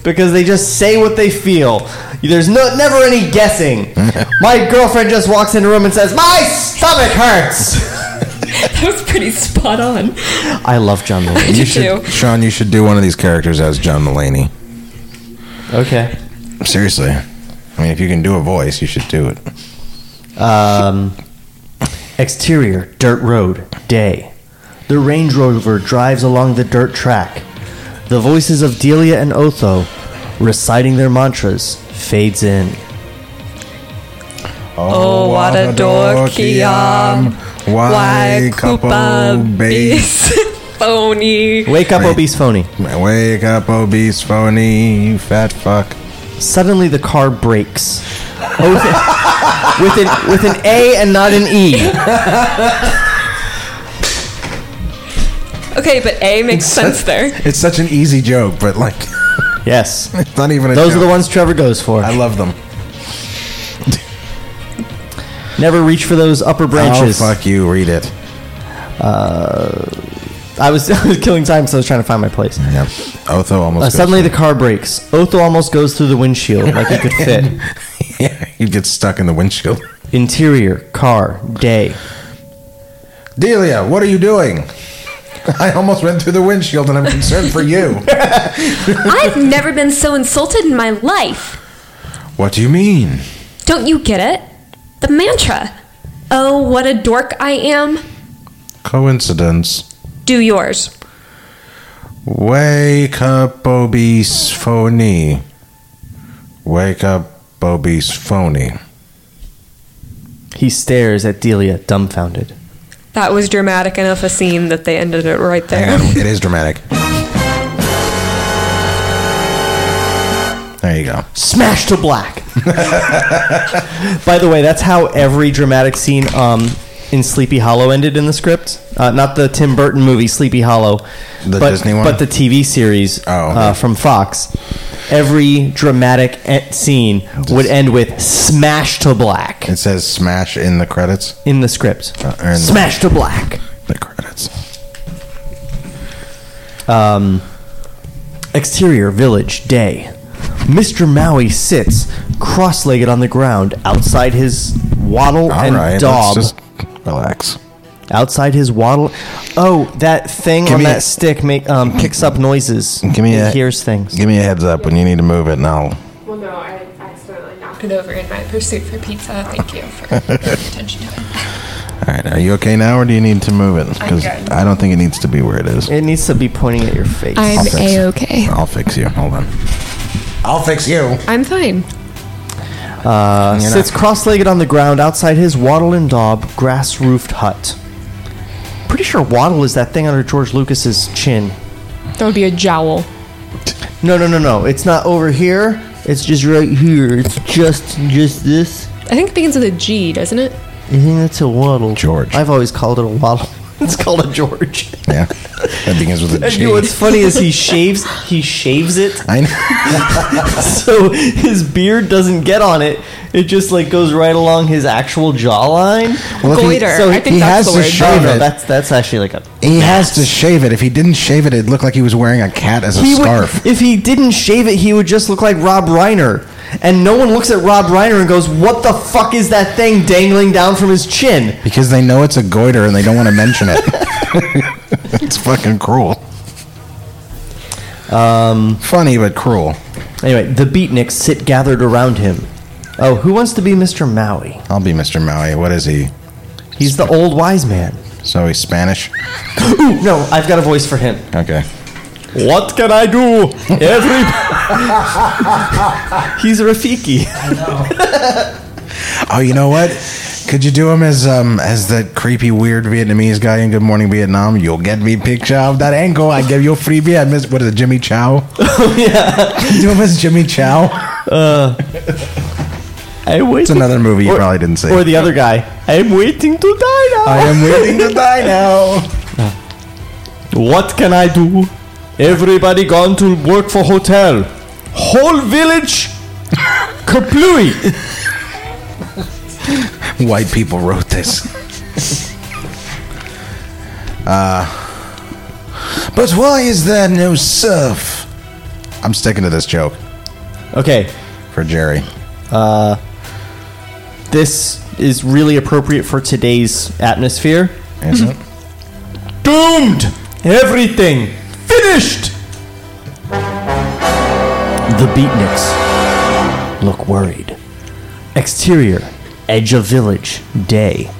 S6: because they just say what they feel. There's no, never any guessing. My girlfriend just walks in the room and says, "My stomach hurts."
S8: That was pretty spot on.
S6: I love John Mulaney.
S8: You
S5: should, Sean, you should do one of these characters as John Mulaney.
S6: Okay.
S5: Seriously. I mean, if you can do a voice, you should do it.
S6: Um, exterior, dirt road, day. The Range Rover drives along the dirt track. The voices of Delia and Otho, reciting their mantras, fades in.
S8: Oh, what a dorkiam.
S5: Why couple
S8: Koopa
S5: base?
S7: (laughs)
S8: Phony.
S6: Wake up,
S5: Right.
S6: obese phony.
S5: Wake up, obese phony, you fat fuck.
S6: Suddenly, the car brakes. Otho, with an with an A and not an E.
S8: Okay, but A
S5: (laughs)
S8: makes sense there.
S5: It's such an easy joke, but like, (laughs)
S6: Yes,
S5: it's not even a
S6: those are the
S5: joke.
S6: ones Trevor goes for.
S5: I love them.
S6: Never reach for those upper (laughs) branches.
S5: Oh, fuck you, read it.
S6: I was (laughs) I was killing time, so I was trying to find my place.
S5: Yep. Otho almost.
S6: Uh,
S5: goes
S6: suddenly, the
S5: through.
S6: car brakes. Otho almost goes through the windshield like he
S5: (laughs)
S6: could fit.
S5: yeah, he gets stuck in the windshield.
S6: Interior, car, day.
S5: Delia, what are you doing? (laughs) I almost went through the windshield, and I'm concerned for
S6: (laughs)
S5: you.
S7: (laughs) I've never been so insulted in my life.
S5: What do you mean?
S7: Don't you get it? The mantra. Oh, what a dork I am.
S5: Coincidence.
S7: Do yours.
S5: Wake up, obese phony. Wake up, obese phony.
S6: He stares at Delia, dumbfounded.
S7: That was dramatic enough a scene that they ended it right there.
S5: Hang on, it is dramatic. There you go.
S6: Smash to black. (laughs) By the way, that's how every dramatic scene um, in Sleepy Hollow ended in the script. Uh, not the Tim Burton movie Sleepy Hollow,
S5: The
S6: but,
S5: Disney one?
S6: but the TV series
S5: Oh, okay.
S6: uh, from Fox. Every dramatic e- scene would end with smash to black
S5: It says smash in the credits.
S6: in the script.
S5: Uh, or in the-
S6: smash to black.
S5: The credits.
S6: Um, exterior village day. Mr. Maui sits cross-legged on the ground outside his waddle
S5: All
S6: and
S5: right,
S6: daub.
S5: let's just relax.
S6: outside his waddle. Oh, that thing on
S5: me
S6: that
S5: a-
S6: stick make um, picks up noises.
S5: Give me
S6: it
S5: a-
S6: hears things.
S5: Give me a heads up when you need to move it, and I'll.
S9: Well, no, I accidentally knocked it over in my pursuit for pizza. Thank you for paying attention to it.
S5: All right, are you okay now, or do you need to move it? Because
S9: good.
S5: I don't think it needs to be where it is.
S6: It needs to be pointing at your face.
S8: I'm
S5: fix it.
S8: A-okay.
S5: I'll fix you. Hold on. I'll fix you.
S8: I'm fine.
S6: Uh, sits cross-legged on the ground outside his waddle and daub grass-roofed hut. Pretty sure waddle is that thing under George Lucas's chin.
S8: That would be a jowl.
S6: No, no, no, no. It's not over here. It's just right here. It's just just this.
S8: I think it begins with a G, doesn't it?
S6: You think that's a waddle?
S5: George.
S6: I've always called it a waddle. (laughs) It's called a George.
S5: Yeah, that begins (laughs) with a
S6: And
S5: G.
S6: you know what's funny is he shaves he shaves it
S5: I know.
S6: (laughs) so his beard doesn't get on it. It just like goes right along his actual jawline.
S5: Well, if he-
S8: Goiter.
S6: so
S8: I think
S5: he
S8: that's
S5: has
S8: the
S5: to
S8: word.
S5: shave
S6: Oh no,
S5: it.
S6: that's that's actually like a
S5: He has to shave it. If he didn't shave it, it'd look like he was wearing a cat as a
S6: he
S5: scarf.
S6: Would, if he didn't shave it, he would just look like Rob Reiner. And no one looks at Rob Reiner and goes, "What the fuck is that thing dangling down from his chin?"
S5: Because they know it's a goiter and they don't want to mention (laughs) it. it's fucking cruel. Um, Funny but cruel.
S6: Anyway, the beatniks sit gathered around him. Oh, who wants to be Mr. Maui?
S5: I'll be Mr. Maui. What is he?
S6: He's the old wise man. (gasps)
S5: So he's Spanish?
S6: Ooh, no, I've got a voice for him.
S5: Okay.
S6: What can I do?
S5: (laughs)
S6: Every He's Rafiki.
S5: Oh, you know what? Could you do him as um as that creepy weird Vietnamese guy in Good Morning Vietnam? You'll get me picture of that ankle. I give you a freebie. I miss what is it, Jimmy Chow? yeah. Do him as Jimmy Chow.
S6: I wait.
S5: It's another movie you probably didn't see.
S6: Or the other guy. I'm waiting to die now.
S5: I am waiting to die now.
S6: What can I do? Everybody gone to work for hotel.
S5: (laughs)
S6: Whole village kaplooey.
S5: White people wrote this. (laughs) Uh, but why is there no surf? I'm sticking to this joke
S6: Okay,
S5: for Jerry.
S6: this is really appropriate for today's atmosphere.
S5: Is it?
S6: Doomed! Everything! Finished! The beatniks look worried. Exterior, edge of village, day.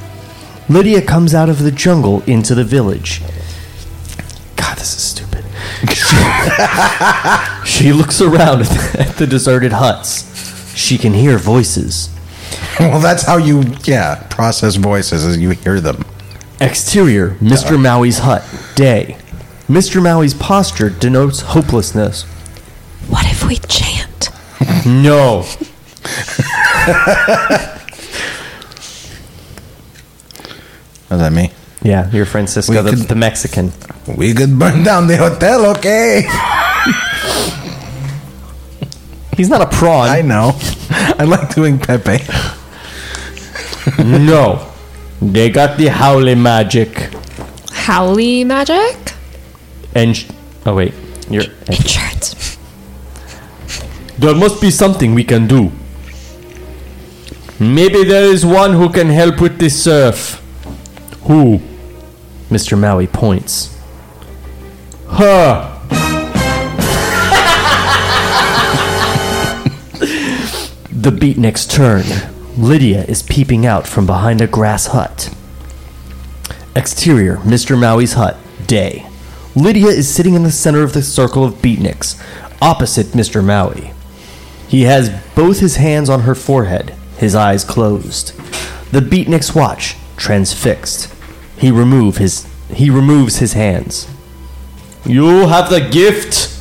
S6: Lydia comes out of the jungle into the village. God, this is stupid. she looks around at the deserted huts. She can hear voices.
S5: (laughs) well, that's how you yeah process voices as you hear them.
S6: Exterior, Mr. Maui's hut, day. Mr. Maui's posture denotes hopelessness.
S7: What if we chant?
S6: No.
S5: Is that me?
S6: Yeah, you're Francisco,
S5: We
S6: the,
S5: could-
S6: the Mexican.
S5: We could burn down the hotel, okay?
S6: He's not a
S5: (laughs)
S6: prawn.
S5: I know. I like doing Pepe.
S6: no. They got the howling magic.
S8: Howley magic?
S6: And. Sh- oh, wait. You're.
S7: Insurance.
S6: There must be something we can do. Maybe there is one who can help with the surf. Who? Mr. Maui points. Her. (laughs) the beatniks turn. Lydia is peeping out from behind a grass hut. Exterior, Mr. Maui's hut, day. Lydia is sitting in the center of the circle of beatniks, opposite Mr. Maui. He has both his hands on her forehead, his eyes closed. The beatnik's watch, transfixed. He remove his he removes his hands. You have the gift.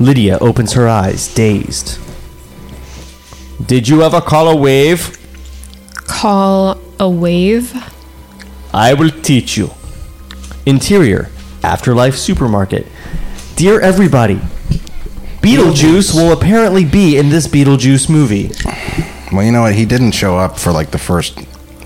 S6: Lydia opens her eyes, dazed. Did you ever call a wave?
S8: Call a wave?
S6: I will teach you. Interior, Afterlife Supermarket. Dear everybody, Beetlejuice will apparently be in this Beetlejuice movie.
S5: Well, you know what? He didn't show up for like the first,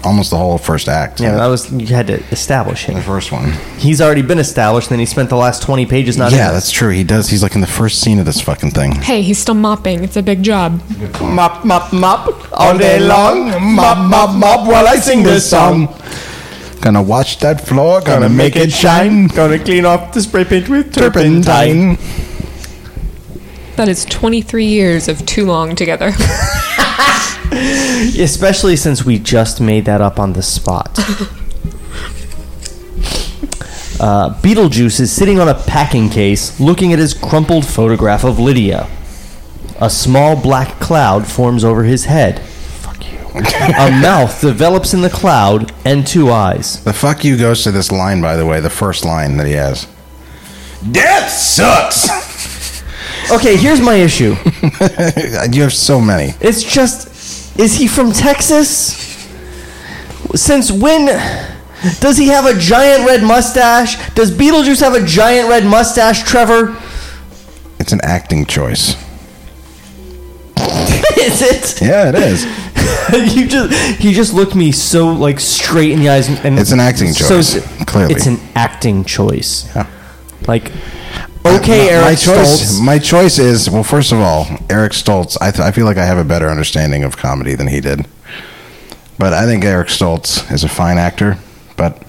S5: almost the whole first act.
S6: Yeah, that was you had to establish
S5: the
S6: him.
S5: first one.
S6: He's already been established, and then he spent the last twenty pages not.
S5: yeah,
S6: in.
S5: that's true. He does. He's like in the first scene of this fucking thing.
S8: Hey, he's still mopping. It's a big job.
S6: mop mop mop
S5: All day long, mop, mop, mop, while I sing this song. Gonna wash that floor, gonna make it shine.
S6: Gonna clean off the spray paint with
S5: Turpentine.
S8: That is 23 years of too long together.
S6: Especially since we just made that up on the spot. Uh, Beetlejuice is sitting on a packing case looking at his crumpled photograph of Lydia. A small black cloud forms over his head. Fuck you. (laughs) a mouth develops in the cloud and two eyes.
S5: The fuck you goes to this line, by the way, the first line that he has. Death sucks! (laughs)
S6: Okay, here's my issue.
S5: you have so many.
S6: It's just, is he from Texas? Since when does he have a giant red mustache? Does Beetlejuice have a giant red mustache, Trevor? (laughs)
S5: It's an acting choice.
S6: is it? (laughs)
S5: Yeah, it is.
S6: you just he just looked me so like straight in the eyes and- and
S5: It's an acting choice, clearly.
S6: it's an acting
S5: (laughs)
S6: choice.
S5: Yeah. Uh,
S6: Like okay,
S5: my,
S6: Eric
S5: my choice.
S6: Stoltz.
S5: My choice is well. First of all, Eric Stoltz. I, th- I feel like I have a better understanding of comedy than he did, but I think Eric Stoltz is a fine actor. But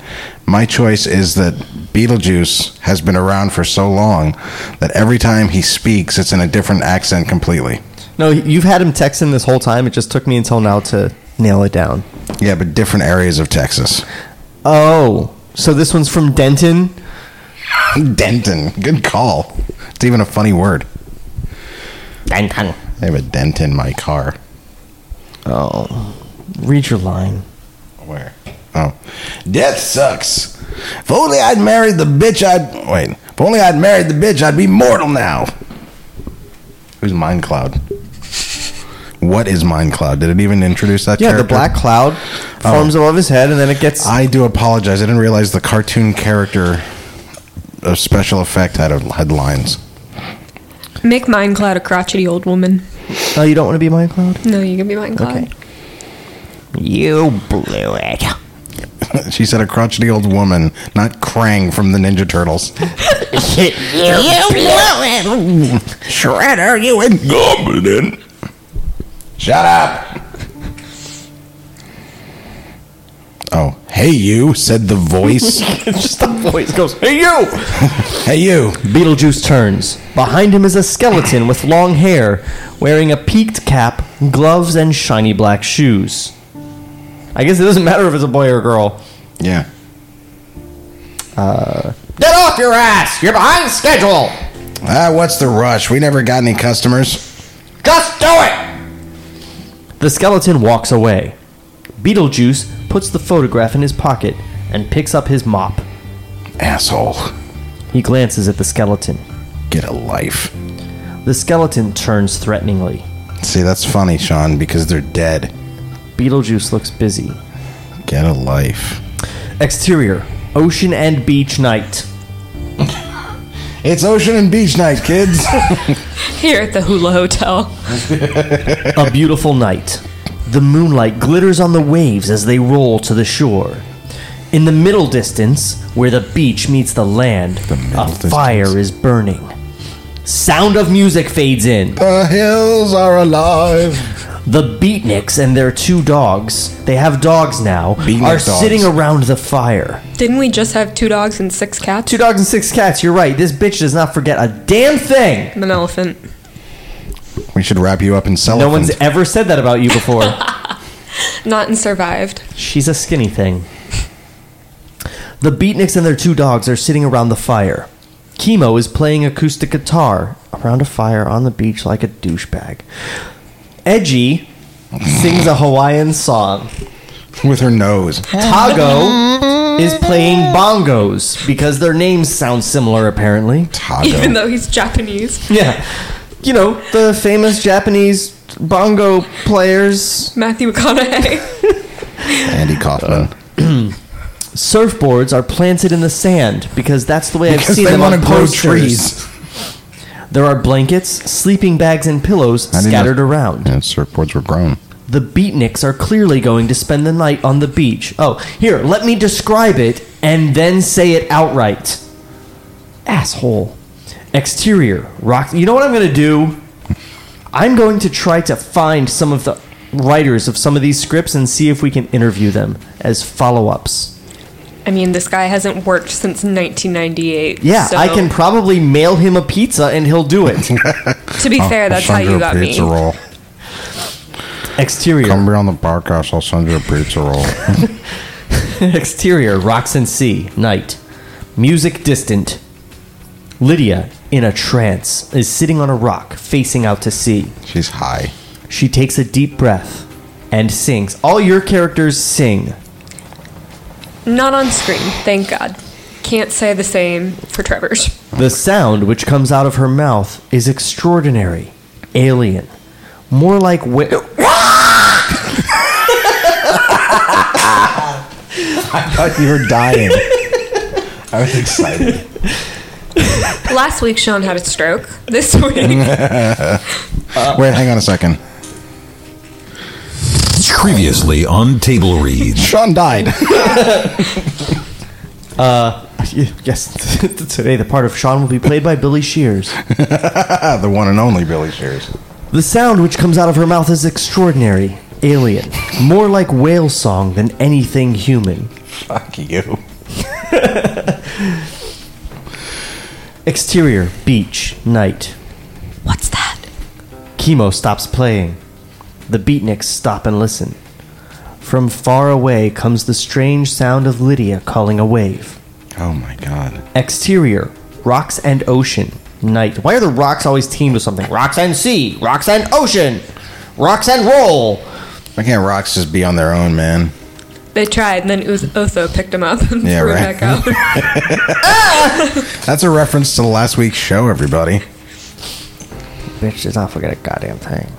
S5: my choice is that Beetlejuice has been around for so long that every time he speaks, it's in a different accent completely.
S6: No, you've had him texting this whole time. It just took me until now to nail it down.
S5: Yeah, but different areas of Texas. (laughs)
S6: Oh, so this one's from Denton.
S5: Denton, good call. It's even a funny word.
S6: Denton.
S5: I have a dent in my car.
S6: Oh, read your line.
S5: Where? Oh. Death sucks. If only I'd married the bitch I'd. Wait. If only I'd married the bitch, I'd be mortal now. Who's Mind Cloud? What is Mind Cloud? Did it even introduce that
S6: Yeah, the
S5: character?
S6: black cloud forms above his head, and then it gets.
S5: I do apologize. I didn't realize the cartoon character of special effect had, a, had lines.
S7: (laughs) Make mine cloud a crotchety old woman.
S6: oh, you don't want to be mind cloud.
S7: No, you can be mine cloud.
S6: You blew it.
S5: she said a crotchety old woman, not Krang from the Ninja
S6: (laughs)
S5: Turtles. Shredder, you incompetent! Shut up! Oh, hey you, said the voice.
S6: (laughs) Just the voice goes, "Hey you!"
S5: (laughs) hey you!
S6: Beetlejuice turns. Behind him is a skeleton with long hair, wearing a peaked cap, gloves, and shiny black shoes. I guess it doesn't matter if it's a boy or a girl.
S5: Yeah.
S6: Get off your ass! You're behind schedule!
S5: Ah, what's the rush? We never got any customers.
S6: Just do it! The skeleton walks away. Beetlejuice puts the photograph in his pocket and picks up his mop.
S5: Asshole.
S6: He glances at the skeleton.
S5: Get a life.
S6: The skeleton turns threateningly.
S5: See, that's funny, Sean, because they're dead.
S6: Beetlejuice looks busy.
S5: Get a life.
S6: Exterior Ocean and beach night.
S5: It's ocean and beach night, kids. (laughs)
S8: Here at the Hula Hotel.
S5: (laughs)
S6: A beautiful night. The moonlight glitters on the waves as they roll to the shore. In the middle distance, where the beach meets the land,
S5: middle
S6: a
S5: distance.
S6: fire is burning. Sound of music fades in.
S5: the hills are alive.
S6: The beatniks and their two dogs, they have dogs now,
S5: Beatnik
S6: are
S5: dogs.
S6: sitting around the fire.
S7: Didn't we just have two dogs and six cats?
S6: Two dogs and six cats, you're right. This bitch does not forget a damn thing.
S7: An elephant.
S5: We should wrap you up in cellophane.
S6: No one's ever said that about you before.
S5: (laughs)
S7: Not and survived. (laughs)
S6: She's a skinny thing. The beatniks and their two dogs are sitting around the fire. Chemo is playing acoustic guitar around a fire on the beach like a douchebag. Edgy sings a Hawaiian song.
S5: with her nose.
S6: Tago is playing bongos because their names sound similar, apparently.
S7: Even
S5: Tago.
S7: though he's Japanese.
S6: Yeah. (laughs) You know, the famous Japanese bongo players.
S7: Matthew McConaughey.
S5: Andy
S7: (laughs)
S5: Kaufman.
S6: Surfboards are planted in the sand because that's the way I've
S5: Because
S6: seen
S5: they
S6: them
S5: wanna
S6: on
S5: grow
S6: posters.
S5: trees.
S6: There are blankets, sleeping bags, and pillows
S5: I didn't know-
S6: scattered around.
S5: And surfboards were grown.
S6: The beatniks are clearly going to spend the night on the beach. Oh, here, let me describe it and then say it outright. Asshole. Exterior, rock. You know what I'm going to do? I'm going to try to find some of the writers of some of these scripts and see if we can interview them as follow ups.
S7: I mean, this guy hasn't worked since 1998.
S6: Yeah,
S7: so-
S6: I can probably mail him a pizza and he'll
S5: (laughs)
S6: do it.
S7: To
S6: Oh,
S7: be fair,
S5: I'll
S7: that's how
S5: send
S7: you
S5: a
S7: got me.
S5: pizza roll.
S6: Exterior,
S5: Come on the bar, gosh, I'll send you a pizza
S7: (laughs)
S5: roll.
S6: exterior, rocks and sea, night. Music distant. Lydia, in a trance, is sitting on a rock facing out to sea.
S5: She's high.
S6: She takes a deep breath and sings. All your characters sing.
S7: Not on screen, thank God. Can't say the same
S6: (laughs)
S7: for Trevor's.
S6: The sound which comes out of her mouth is extraordinary, alien, more like wh-
S5: thought you were
S7: (laughs)
S5: dying. I was excited.
S7: Last week, Sean had a stroke.
S6: (laughs)
S7: This week,
S5: Wait, hang on a second.
S3: Previously on Table Read.
S5: Sean died.
S6: (coughs) yes. (laughs) Today, the part of Sean will be played by Billy Shears.
S5: Ah, (laughs) the one and only Billy Shears.
S6: The sound which comes out of her mouth is extraordinary, alien, more like whale song than anything human.
S5: Fuck you.
S6: Exterior, beach, night.
S7: what's that?
S6: Chemo stops playing. The beatniks stop and listen. From far away comes the strange sound of Lydia calling a wave.
S5: Oh my god.
S6: Exterior, rocks and ocean, night. Why are the rocks always teamed with something? Rocks and sea, rocks and ocean, rocks and roll.
S5: Why can't rocks just be on their own, man?
S7: They tried, and then Uth- Otho picked him up and
S5: Yeah,
S7: threw
S5: right.
S7: him back
S6: (laughs)
S7: out.
S5: That's a reference to last week's show, everybody.
S6: Bitch does not forget a goddamn thing.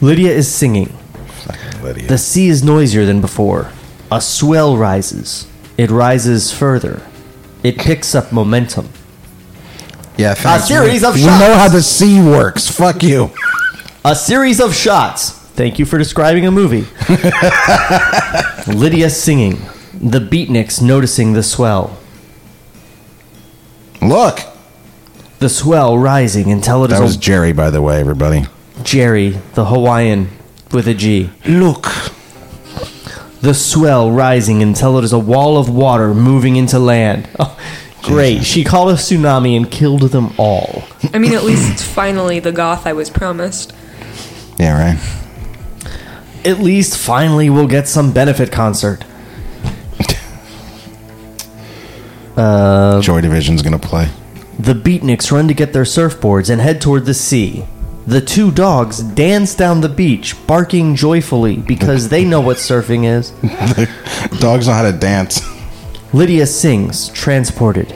S6: Lydia is singing.
S5: Fucking Lydia.
S6: The sea is noisier than before. A swell rises. It rises further. It picks up momentum.
S5: yeah, thanks.
S6: series of
S5: we
S6: shots.
S5: know how the sea works. Fuck you.
S6: A series of shots. Thank you for describing a movie. Lydia singing. The beatniks noticing the swell.
S5: Look,
S6: The swell rising until it is
S5: that
S6: a-
S5: was Jerry, by the way, everybody.
S6: Jerry, the Hawaiian with a G.
S5: Look,
S6: The swell rising until it is a wall of water moving into land. Oh, great. She called a tsunami and killed them all.
S9: I mean, at least it's finally the goth I was promised.
S5: yeah, right.
S6: At least finally we'll get some benefit concert.
S5: Joy Division's gonna play. (laughs)
S6: The beatniks run to get their surfboards and head toward the sea. The two dogs dance down the beach, barking joyfully because they know what surfing is.
S5: Dogs know how to dance.
S6: Lydia sings, transported.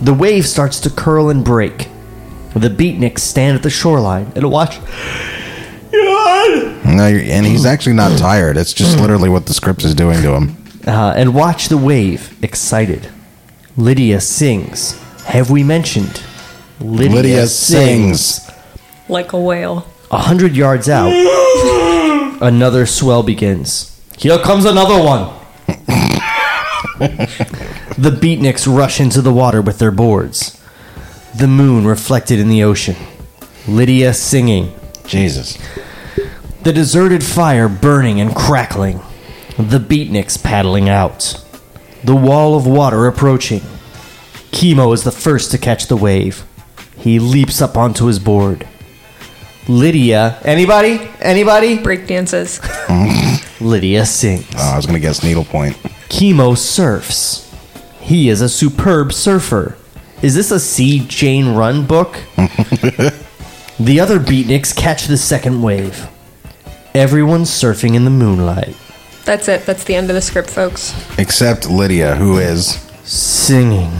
S6: The wave starts to curl and break. The beatniks stand at the shoreline and watch.
S5: No, you're- and he's actually not tired. It's just literally what the script is doing to him.
S6: uh, and watch the wave, excited. Lydia sings. Have we mentioned? Lydia,
S5: Lydia sings.
S9: Like a whale.
S6: A hundred yards out, another swell begins. Here comes another one. the beatniks rush into the water with their boards. The moon reflected in the ocean. Lydia singing.
S5: Jesus.
S6: The deserted fire burning and crackling. The beatniks paddling out. The wall of water approaching. Chemo is the first to catch the wave. He leaps up onto his board. Lydia. Anybody? Anybody?
S9: Break dances.
S6: Lydia sings.
S5: Oh, I was gonna guess needlepoint.
S6: Chemo surfs. He is a superb surfer. Is this a C. Jane Run book? the other beatniks catch the second wave. Everyone's surfing in the moonlight.
S9: That's it. That's the end of the script, folks.
S5: Except Lydia, who is (laughs)
S6: Singing.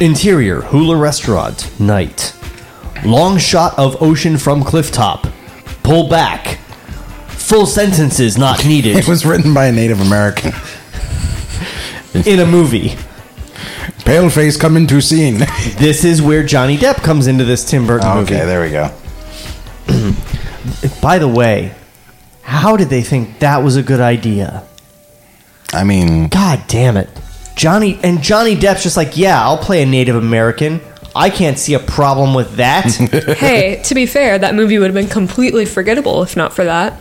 S6: Interior Hula Restaurant, night. Long shot of ocean from cliff top. Pull back. Full sentences not
S5: (laughs)
S6: needed
S5: it was written by a Native American.
S6: in a movie.
S5: Paleface coming to (laughs) scene.
S6: This is where Johnny Depp comes into this Tim Burton movie.
S5: okay, there we go.
S6: By the way, how did they think that was a good idea?
S5: I mean,
S6: God damn it. Johnny and Johnny Depp's just like, yeah, I'll play a Native American. I can't see a problem with that.
S5: (laughs)
S9: hey, to be fair, that movie would have been completely forgettable if not for that.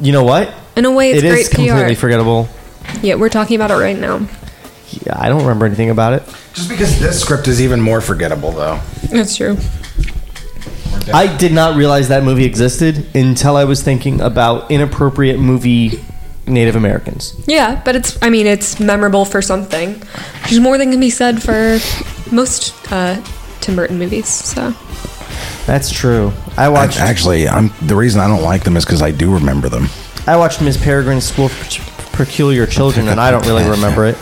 S6: you know what?
S9: In a way, it's
S6: It
S9: great
S6: is completely
S9: PR.
S6: forgettable.
S9: yeah, we're talking about it right now.
S6: Yeah, I don't remember anything about it.
S5: just because this script is even more forgettable, though.
S9: That's true.
S6: I did not realize that movie existed until I was thinking about inappropriate movie Native Americans.
S9: Yeah, but it's, I mean, it's memorable for something. There's more than can be said for most uh, Tim Burton movies, so.
S6: That's true. I watched
S5: Actually, I'm the reason I don't like them is because I do remember them.
S6: I watched Miss Peregrine's School for Peculiar Children and I don't (laughs) really remember it.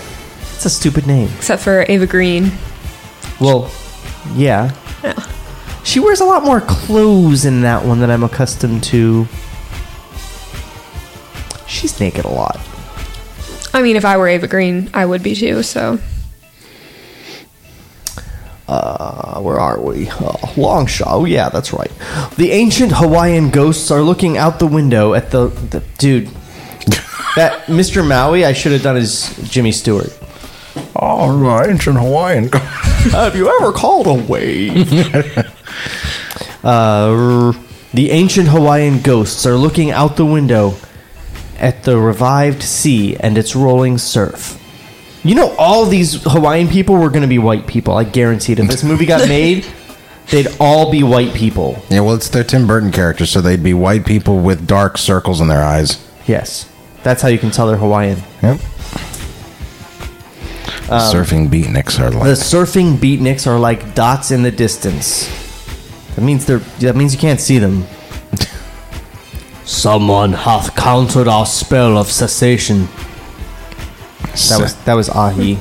S6: It's a stupid name.
S9: Except for Ava Green.
S6: Well, yeah. She wears a lot more clothes in that one than I'm accustomed to. She's naked a lot.
S9: I mean, if I were Ava Green, I would be too, so.
S6: Uh, where are we? Oh, long shot. Oh, yeah, that's right. The ancient Hawaiian ghosts are looking out the window at the, the (laughs) dude. that Mr. Maui, I should have done as Jimmy Stewart.
S5: Oh, ancient Hawaiian.
S6: Have you ever called a wave? (laughs) uh, r- the ancient Hawaiian ghosts are looking out the window at the revived sea and its rolling surf. You know, all these Hawaiian people were going to be white people. I guaranteed if this movie (laughs) got made, they'd all be white people.
S5: yeah, well, it's their Tim Burton character, so they'd be white people with dark circles in their eyes.
S6: Yes. That's how you can tell they're Hawaiian.
S5: Yep. Surfing beatniks are
S6: The
S5: like
S6: surfing beatniks are like dots in the distance. That means they're. That means you can't see them. Someone hath countered our spell of cessation. That was that was Ahi,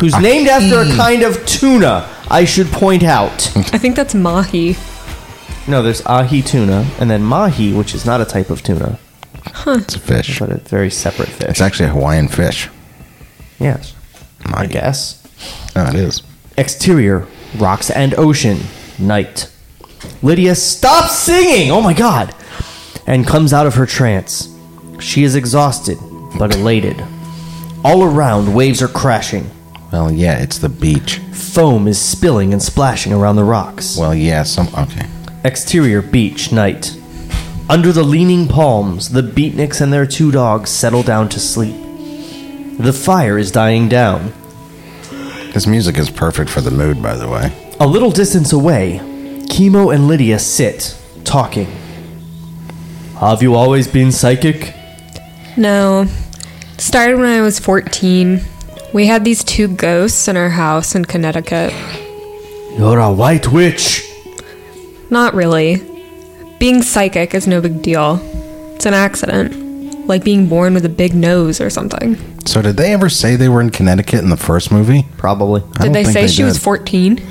S6: who's named after a kind of tuna. I should point out. (laughs)
S9: I think that's Mahi.
S6: No, there's Ahi tuna, and then Mahi, which is not a type of tuna,
S5: it's (laughs) a fish.
S6: but a very separate
S5: It's
S6: fish.
S5: actually a Hawaiian fish.
S6: Yes, I
S5: Mahi.
S6: guess.
S5: Oh, it is.
S6: Exterior, rocks and ocean, night. Lydia, stop singing! Oh my god. and comes out of her trance. She is exhausted, but elated. All around, waves are crashing.
S5: Well, yeah, it's the beach.
S6: Foam is spilling and splashing around the rocks.
S5: Well, yeah, some. Okay.
S6: Exterior beach night. Under the leaning palms, the beatniks and their two dogs settle down to sleep. The fire is dying down.
S5: This music is perfect for the mood, by the way.
S6: A little distance away, Chemo and Lydia sit, talking. Have you always been psychic?
S7: No. Started when I was 14. We had these two ghosts in our house in Connecticut.
S6: You're a white witch.
S7: Not really. Being psychic is no big deal. It's an accident. Like being born with a big nose or something.
S5: So, did they ever say they were in Connecticut in the first movie?
S6: Probably.
S5: I don't
S7: Did they
S5: think
S7: say she was
S5: did.
S7: 14?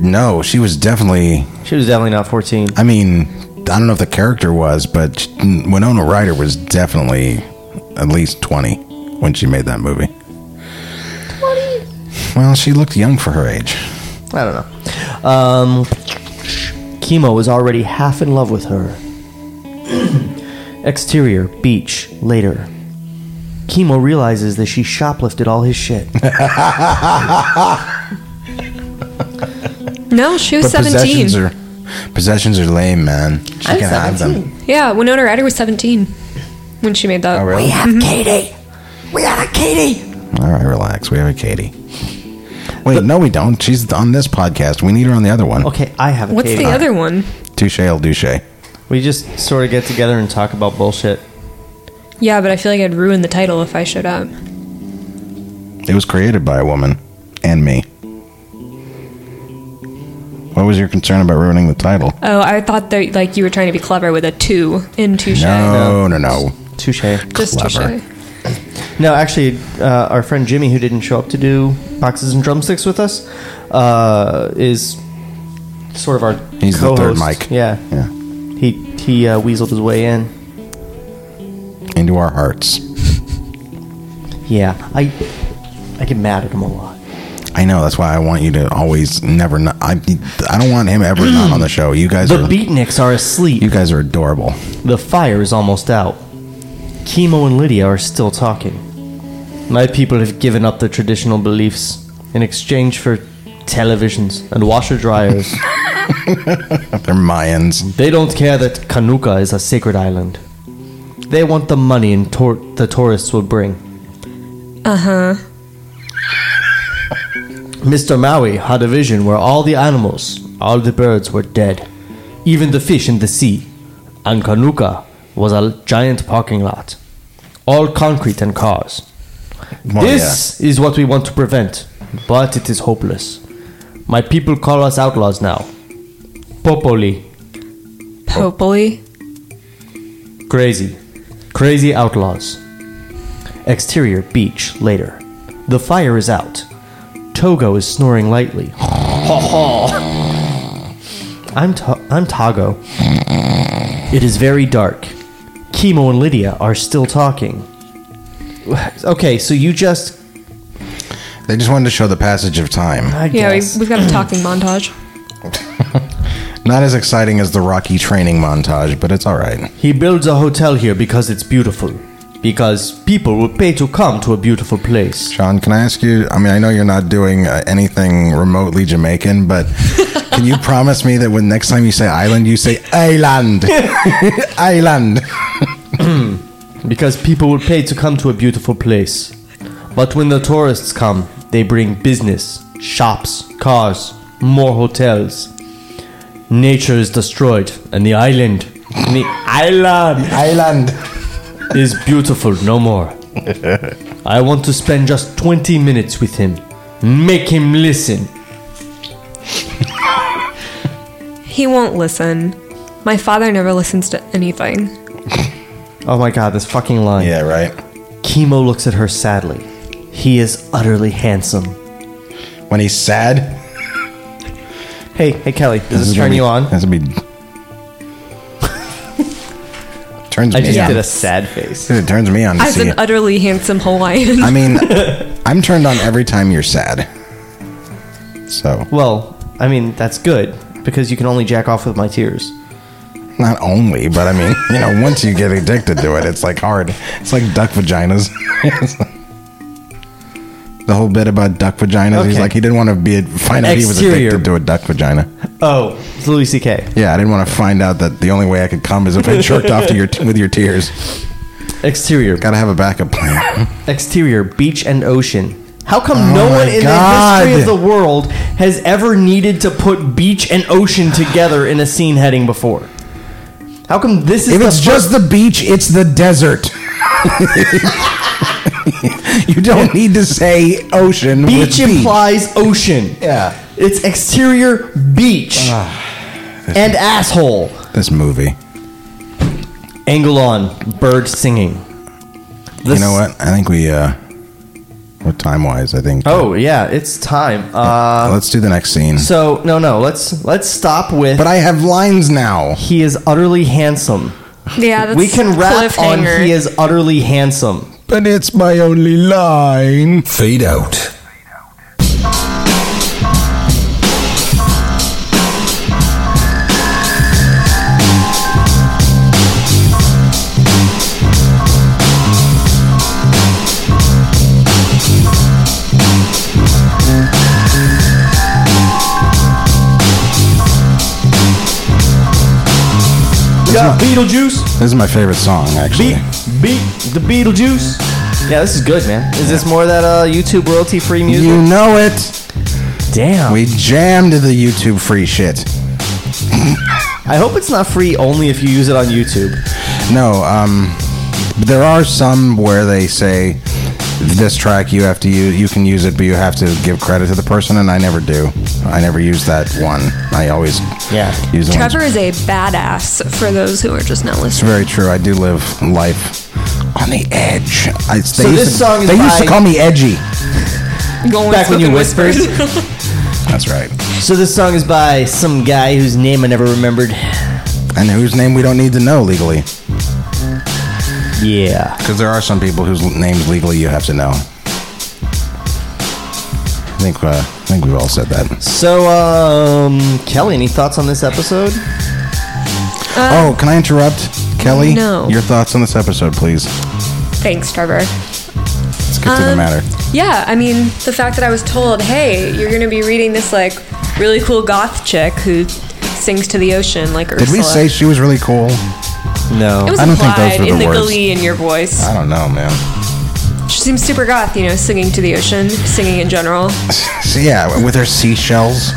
S5: No, she was definitely.
S6: She was definitely not 14.
S5: I mean, I don't know if the character was, but she- Winona Ryder was definitely at least 20 when she made that movie. 20? Well, she looked young for her age.
S6: I don't know. Um, Chemo is already half in love with her. (clears throat) Exterior, beach, later. Chemo realizes that she shoplifted all his (laughs) shit.
S7: No, she was
S5: possessions
S7: 17.
S5: are possessions are lame, man. She can have them.
S7: Yeah, Winona Ryder was 17 when she made that.
S5: Oh, really? We have Katie. We got a Katie. All right, relax. We have a Katie. Wait, no, we don't. She's on this podcast. We need her on the other one.
S6: Okay, I have a
S7: What's
S6: Katie.
S7: the other one?
S5: Touche, el douche.
S6: We just sort of get together and talk about bullshit.
S7: Yeah, but I feel like I'd ruin the title if I showed up.
S5: It was created by a woman and me. What was your concern about ruining the title?
S7: Oh, I thought that like you were trying to be clever with a two in touche.
S5: No, no, no.
S6: Touche.
S7: Just
S5: clever.
S7: touche.
S6: No, actually, uh, our friend Jimmy, who didn't show up to do boxes and drumsticks with us, uh, is sort of our
S5: He's the
S6: co-host.
S5: third mic.
S6: Yeah,
S5: Yeah.
S6: he he uh, weaseled his way in.
S5: Into our hearts.
S6: Yeah, I I get mad at him a lot.
S5: I know. That's why I want you to always never. Not, I I don't want him ever not on the show. You guys
S6: The
S5: are
S6: beatniks are asleep.
S5: you guys are adorable.
S6: The fire is almost out. Chemo and Lydia are still talking. My people have given up their traditional beliefs in exchange for televisions and washer
S5: (laughs)
S6: dryers.
S5: They're Mayans.
S6: They don't care that Kanuka is a sacred island. They want the money and tor- the tourists will bring. Uh huh. Mr. Maui had a vision where all the animals, all the birds were dead, even the fish in the sea, and Kanuka was a giant parking lot, all concrete and cars.
S5: Well,
S6: This is what we want to prevent, but it is hopeless. My people call us outlaws now. Popoli.
S7: Popoli.
S6: Crazy. Crazy outlaws. Exterior beach later. The fire is out. Togo is snoring lightly. (laughs) I'm to- I'm Togo. It is very dark. Chemo and Lydia are still talking. Okay, so you just
S5: yeah. They just wanted to show the passage of time.
S6: I
S7: Yeah, we,
S6: guess.
S7: we've
S5: (clears throat)
S7: got a talking montage.
S5: Not as exciting as the Rocky training montage, but it's all right.
S6: He builds a hotel here because it's beautiful. Because people will pay to come to a beautiful place.
S5: Sean, can I ask you? I mean, I know you're not doing uh, anything remotely Jamaican,
S6: (laughs)
S5: but can you promise me that when next time you say island, you say
S6: (laughs)
S5: island, island?
S6: Because people will pay to come to a beautiful place. But when the tourists come, they bring business, shops, cars, more hotels. Nature is destroyed, and the island, the island
S5: Island.
S6: is beautiful no more. I want to spend just 20 minutes with him. Make him listen.
S7: He won't listen. My father never listens to anything.
S6: Oh my god, this fucking line.
S5: Yeah, right.
S6: Chemo looks at her sadly. He is utterly handsome.
S5: When he's sad,
S6: Hey, hey Kelly, does this
S5: gonna
S6: turn
S5: be-
S6: you on?
S5: This would be. turns
S6: I
S5: me
S6: just
S5: on.
S6: did a uh, sad face.
S5: It turns me on. To
S7: As
S5: see
S7: an
S5: it.
S7: utterly handsome
S5: (laughs)
S7: Hawaiian.
S5: I
S6: (laughs)
S5: mean, I'm turned on every time you're sad. So
S6: Well, I mean, that's good because you can only jack off with my tears.
S5: Not only, but I mean, you know, once you get addicted to it, it's like hard. It's like duck vaginas. (laughs) the whole bit about duck vaginas. He's
S6: Okay.
S5: like, he didn't want to be find out he was
S6: Exterior.
S5: addicted to a duck vagina.
S6: Oh, it's Louis C.K.
S5: Yeah, I didn't want to find out that the only way I could come is if I jerked off to your with your tears.
S6: Exterior.
S5: Gotta have a backup plan.
S6: Exterior, beach and ocean. How come
S5: Oh
S6: no
S5: my
S6: one in
S5: God.
S6: the history of the world has ever needed to put beach and ocean together in a scene heading before? How come this
S5: (laughs)
S6: is
S5: If
S6: the
S5: it's
S6: fir-
S5: just the beach, it's the desert. (laughs) you don't need to say ocean. with
S6: beach implies ocean?
S5: Yeah.
S6: It's exterior beach
S5: Ah.
S6: and asshole.
S5: This movie.
S6: Angle on bird singing.
S5: you know what? I think we, uh, well, time wise, I think.
S6: Oh yeah, it's time. Uh,
S5: let's do the next scene.
S6: so no, no. Let's let's stop with.
S5: but I have lines now.
S6: he is utterly handsome.
S7: Yeah, that's
S6: we can wrap on
S7: cliffhanger.
S6: he is utterly handsome.
S5: But it's my only line.
S3: Fade out.
S6: We got Beetlejuice.
S5: This is my favorite song, actually.
S6: Beat, beat the Beetlejuice. Yeah, this is good, man. Is this more of that uh, YouTube royalty free music?
S5: You know it.
S6: Damn.
S5: We jammed the YouTube free shit.
S6: I hope it's not free only if you use it on YouTube.
S5: No, um, there are some where they say this track you have to use, you can use it, but you have to give credit to the person, and I never do. I never use that one. I always
S6: Yeah.
S5: use the
S7: Trevor
S5: ones-
S7: is a badass for those who are just now
S5: It's
S7: listening.
S5: very true. I do live life on the edge. I, they used
S6: this
S5: to,
S6: song is
S5: they used to
S6: by-
S5: call me edgy.
S8: Going
S6: Back when you
S8: Spoken
S6: whispered.
S5: That's right.
S6: (laughs) so this song is by some guy whose name I never remembered.
S5: And whose name we don't need to know legally,
S6: Yeah.
S5: because there are some people whose l- names legally you have to know. I think uh, I think we've all said that.
S6: So, um, Kelly, any thoughts on this episode?
S5: oh, can I interrupt, Kelly?
S7: Uh, no.
S5: Your thoughts on this episode, please.
S7: Thanks, Trevor.
S5: Let's get to the
S7: Um,
S5: matter.
S7: Yeah, I mean, the fact that I was told, hey, you're going to be reading this, like, really cool goth chick who sings to the ocean, like Ursula.
S5: Did we say she was really cool?
S6: No.
S7: It was
S5: I don't think
S7: implied
S5: those were the
S7: in the
S5: words. Uh.
S7: glee in your voice.
S5: I don't know, man.
S7: She seems super goth, you know, singing to the ocean, singing in general.
S5: So, yeah, with her seashells,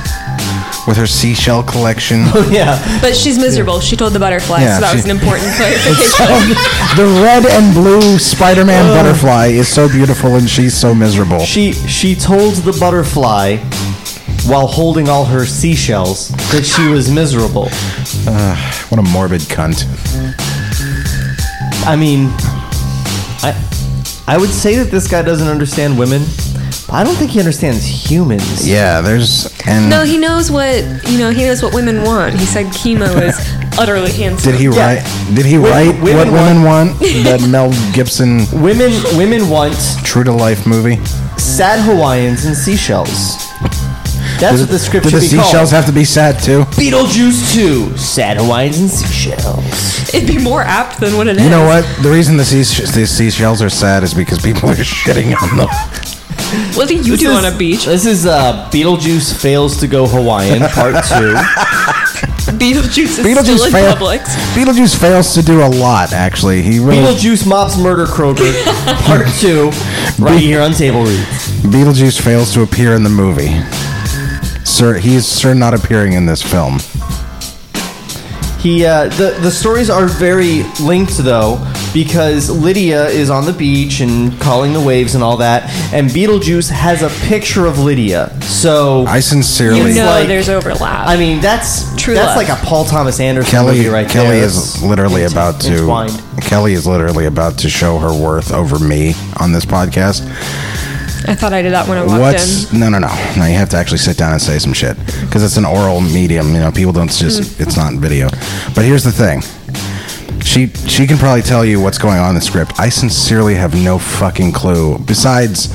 S5: with her seashell collection.
S6: yeah.
S7: But she's miserable. She told the butterfly,
S5: Yeah,
S7: so that
S5: she-
S7: was an important clarification.
S5: the red and blue Spider-Man butterfly is so beautiful, and she's so miserable.
S6: She she told the butterfly while holding all her seashells that she was miserable.
S5: What a morbid cunt.
S6: I mean, I I would say that this guy doesn't understand women. But I don't think he understands humans.
S5: Yeah, there's and
S7: no, he knows what you know. He knows what women want. He said chemo is utterly handsome.
S5: did he
S6: Yeah.
S5: write? Did he write
S6: women
S5: what women want?
S6: (laughs)
S5: that Mel Gibson
S6: Women women want
S5: True to Life movie.
S6: sad Hawaiians and seashells. That's what the script
S5: Did
S6: should
S5: the
S6: be
S5: seashells
S6: called.
S5: have to be sad too?
S6: Beetlejuice 2, Sad Hawaiians and Seashells.
S7: It'd be more apt than what it is.
S5: You know what? The reason the, seash- the seashells are sad is because people are shitting on them.
S7: What do you
S8: This
S7: do
S8: is-
S7: on a beach?
S6: This is uh, Beetlejuice Fails to Go Hawaiian, part
S5: (laughs)
S6: two.
S7: Beetlejuice is still
S5: Beetlejuice
S7: in
S5: fail-
S7: Publix.
S5: Beetlejuice fails to do a lot, actually. He really
S6: Beetlejuice Mops Murder (laughs) Kroger, part two, right here on Table Reads.
S5: Beetlejuice fails to appear in the movie. Sir, he's sure not appearing in this film.
S6: He, uh, the, the stories are very linked, though, because Lydia is on the beach and calling the waves and all that, and Beetlejuice has a picture of Lydia. So,
S5: I
S7: You
S5: sincerely,
S6: It's
S7: know,
S6: like-
S7: there's overlap.
S6: I mean, that's
S7: True
S6: That's
S7: love.
S6: like a Paul Thomas Anderson
S5: Kelly,
S6: movie right
S5: Kelly
S6: there.
S5: is literally
S6: Ent-
S5: about to.
S6: entwined.
S5: Kelly is literally about to show her worth over me on this podcast.
S7: I thought I did that when I walked in.
S5: What's no, no, no, no? You have to actually sit down and say some shit because it's an oral medium. You know, people don't just.
S6: Hmm.
S5: It's not video. But here's the thing. She she can probably tell you what's going on in the script. I sincerely have no fucking clue. Besides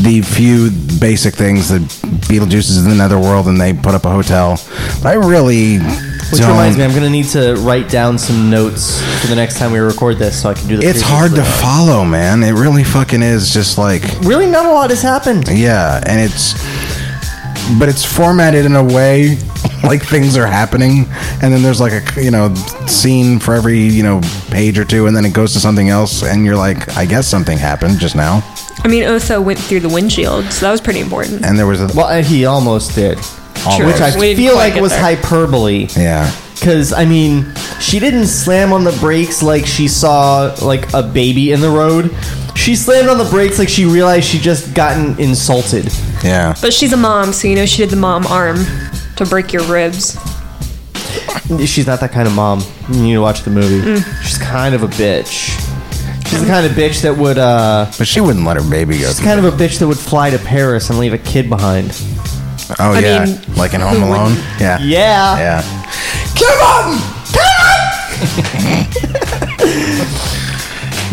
S5: the few basic things that Beetlejuice is in another world and they put up a hotel, I really
S6: Which
S5: don't-
S6: reminds me, I'm going to need to write down some notes for the next time we record this so I can do the
S5: It's hard to
S6: previously on.
S5: follow, man. It really fucking is just like
S6: Really, not a lot has happened.
S5: yeah, and it's but it's formatted in a way like things are happening and then there's like a you know scene for every you know page or two and then it goes to something else and you're like I guess something happened just now
S9: I mean, Otho went through the windshield, so that was pretty important.
S5: and there was a
S6: Well, uh, he almost did. Which I
S9: We didn't
S6: feel
S9: quite
S6: like
S9: get
S6: was
S9: there.
S6: hyperbole.
S5: yeah
S6: Because, I mean, she didn't slam on the brakes like she saw, like, a baby in the road. She slammed on the brakes like she realized she just gotten insulted.
S5: yeah
S9: But she's a mom, so you know she did the mom arm to break your ribs.
S6: She's not that kind of mom. You need to watch the movie.
S9: Mm.
S6: She's kind of a bitch. She's the kind of bitch that would, uh...
S5: but she wouldn't let her baby go
S6: She's
S5: through
S6: kind of a bitch that would fly to Paris and leave a kid behind.
S5: that. oh yeah
S9: mean,
S5: like in Home Alone yeah
S6: Yeah.
S5: yeah
S6: Come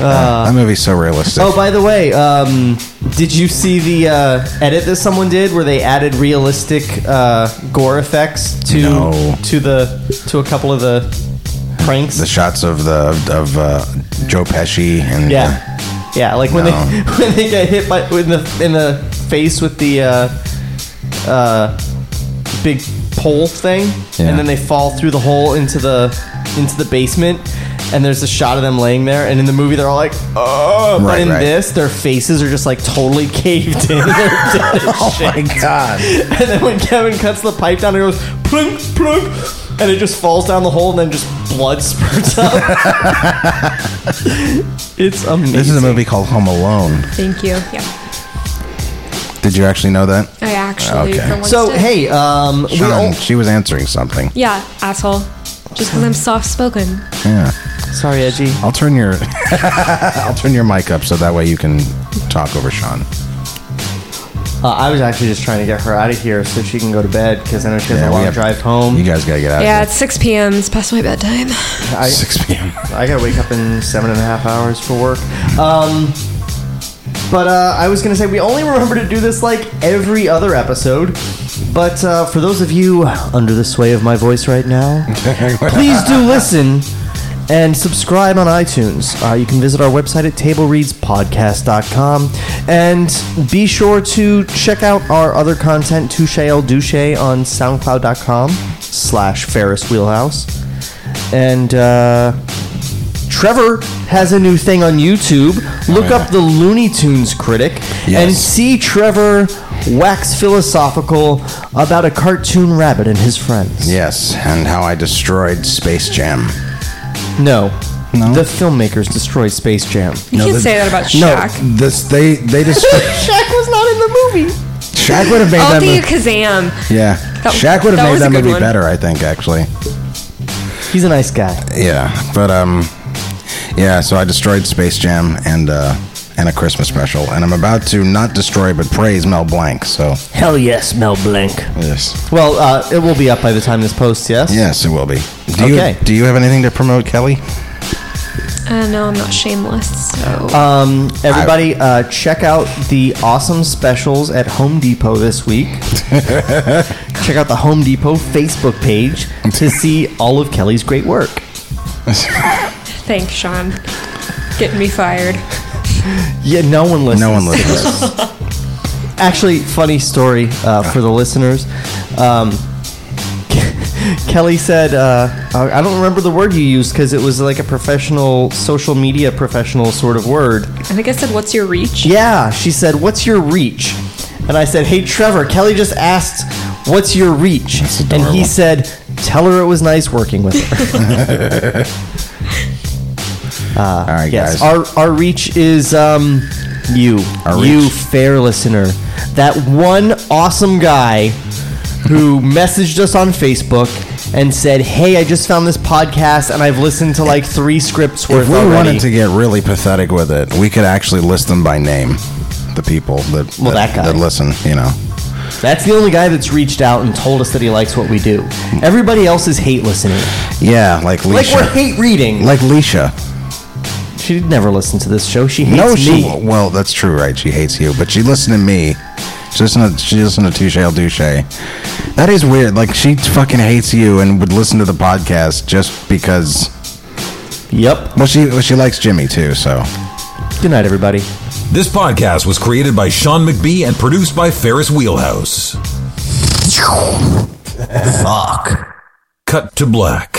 S6: on!
S5: that movie's so realistic
S6: Oh, by the way, um, did you see the uh, edit that someone did where they added realistic uh, gore effects to
S5: No.
S6: to the to a couple of the pranks?
S5: the shots of the of uh, Joe Pesci and (laughs)
S6: yeah, yeah, like when
S5: No.
S6: they (laughs) when they get hit by in the in the face with the uh, uh, big pole thing,
S5: Yeah.
S6: and then they fall through the hole into the into the basement. And there's a shot of them laying there, and in the movie they're all like, "Oh!" But
S5: Right,
S6: in
S5: right.
S6: this, their faces are just like totally caved in.
S5: (laughs)
S6: They're dead as shit.
S5: oh my
S6: (laughs)
S5: god
S6: And then when Kevin cuts the pipe down, it goes plunk, plunk, and it just falls down the hole, and then just blood
S5: (laughs)
S6: spurts up. it's amazing.
S5: this is a movie called Home Alone
S7: Thank you.
S9: Yeah,
S5: did you actually know that
S7: I actually,
S5: Okay.
S7: for once,
S6: So
S7: did.
S6: hey, um, we
S5: Sean,
S6: all,
S5: she was answering something
S7: Yeah, asshole. Just because I'm soft spoken.
S5: yeah
S6: sorry, Edgy.
S5: I'll turn your (laughs) I'll turn your mic up so that way you can talk over Sean.
S6: Uh, I was actually just trying to get her out of here so she can go to bed because I know she has
S5: Yeah,
S6: a
S5: we
S6: long
S5: have-
S6: drive home.
S5: You guys gotta get out.
S9: yeah.
S5: of
S9: It's 6 p.m. It's past my bedtime.
S5: here. (laughs)
S6: I-
S5: six p.m.
S6: I gotta wake up in seven and a half hours for work. Um, but uh, I was gonna say we only remember to do this like every other episode. But uh, for those of you under the sway of my voice right now, please do listen and subscribe on iTunes. Uh, you can visit our website at tablereadspodcast.com and be sure to check out our other content, Touche El Douche, on soundcloud.com slash Ferris Wheelhouse. And uh, Trevor has a new thing on YouTube. Look
S5: Oh, yeah.
S6: up the Looney Tunes critic and
S5: Yes.
S6: see Trevor wax philosophical about a cartoon rabbit and his friends.
S5: Yes, and how I destroyed Space Jam.
S6: No.
S5: No?
S6: The filmmakers destroyed Space Jam.
S9: You can't say that about Shaq.
S5: No, this they they destroyed.
S6: (laughs) Shaq was not in the movie.
S5: (laughs) Shaq would have made
S9: I'll
S5: that
S9: do you
S5: movie.
S9: Kazam.
S5: Yeah,
S9: That-
S5: Shaq would
S9: that
S5: have made
S9: was a
S5: that
S9: good
S5: movie
S9: one.
S5: better, I think, actually.
S6: He's a nice guy.
S5: Yeah, but um, yeah. So I destroyed Space Jam and uh and a Christmas special, and I'm about to not destroy but praise Mel Blanc. So
S6: Hell yes, Mel Blanc.
S5: yes,
S6: Well, uh, it will be up by the time this posts, yes?
S5: yes, it will be. Do
S6: Okay.
S5: you do you have anything to promote,
S6: (laughs)
S5: Kelly?
S7: Uh, no, I'm not shameless. So
S6: Um, everybody, uh, check out the awesome specials at Home Depot
S5: (laughs)
S6: this week. check out the Home Depot Facebook page
S5: (laughs)
S6: to see all of Kelly's great work.
S9: Thanks, Sean. Getting me fired.
S6: Yeah, no one listens.
S5: No one listens.
S6: Actually, funny story uh, for the listeners. Um, (laughs) Kelly said, uh, I I don't remember the word you used because it was like a professional, social media professional sort of word.
S9: I think I said, "What's your reach?"
S6: Yeah, she said, What's your reach? And I said, Hey, Trevor, Kelly just asked, What's your reach? and he
S5: adorable.
S6: said, Tell her it was nice working with her.
S5: All right,
S6: yes,
S5: guys.
S6: our, our reach is um, you,
S5: Our
S6: you
S5: reach.
S6: fair listener. That one awesome guy who messaged us on Facebook and said, Hey, I just found this podcast and I've listened to like three scripts worth
S5: If we
S6: already.
S5: wanted to get really pathetic with it, we could actually list them by name, the people that
S6: Well, that guy.
S5: that listen. You know,
S6: That's the only guy that's reached out and told us that he likes what we do. Everybody else is hate listening.
S5: yeah, like
S6: Like
S5: Leisha.
S6: we're hate reading.
S5: Like Leisha.
S6: She'd never listen to this show. She hates
S5: No, she.
S6: me.
S5: Well, that's true, right? She hates you, but she listened to me, She listened to she listened to Touche El Douche. That is weird. Like she fucking hates you and would listen to the podcast just because.
S6: Yep.
S5: Well, she well, she likes Jimmy too. So
S6: Good night, everybody.
S3: This podcast was created by Sean McBee and produced by Ferris Wheelhouse. Fuck. Cut to black.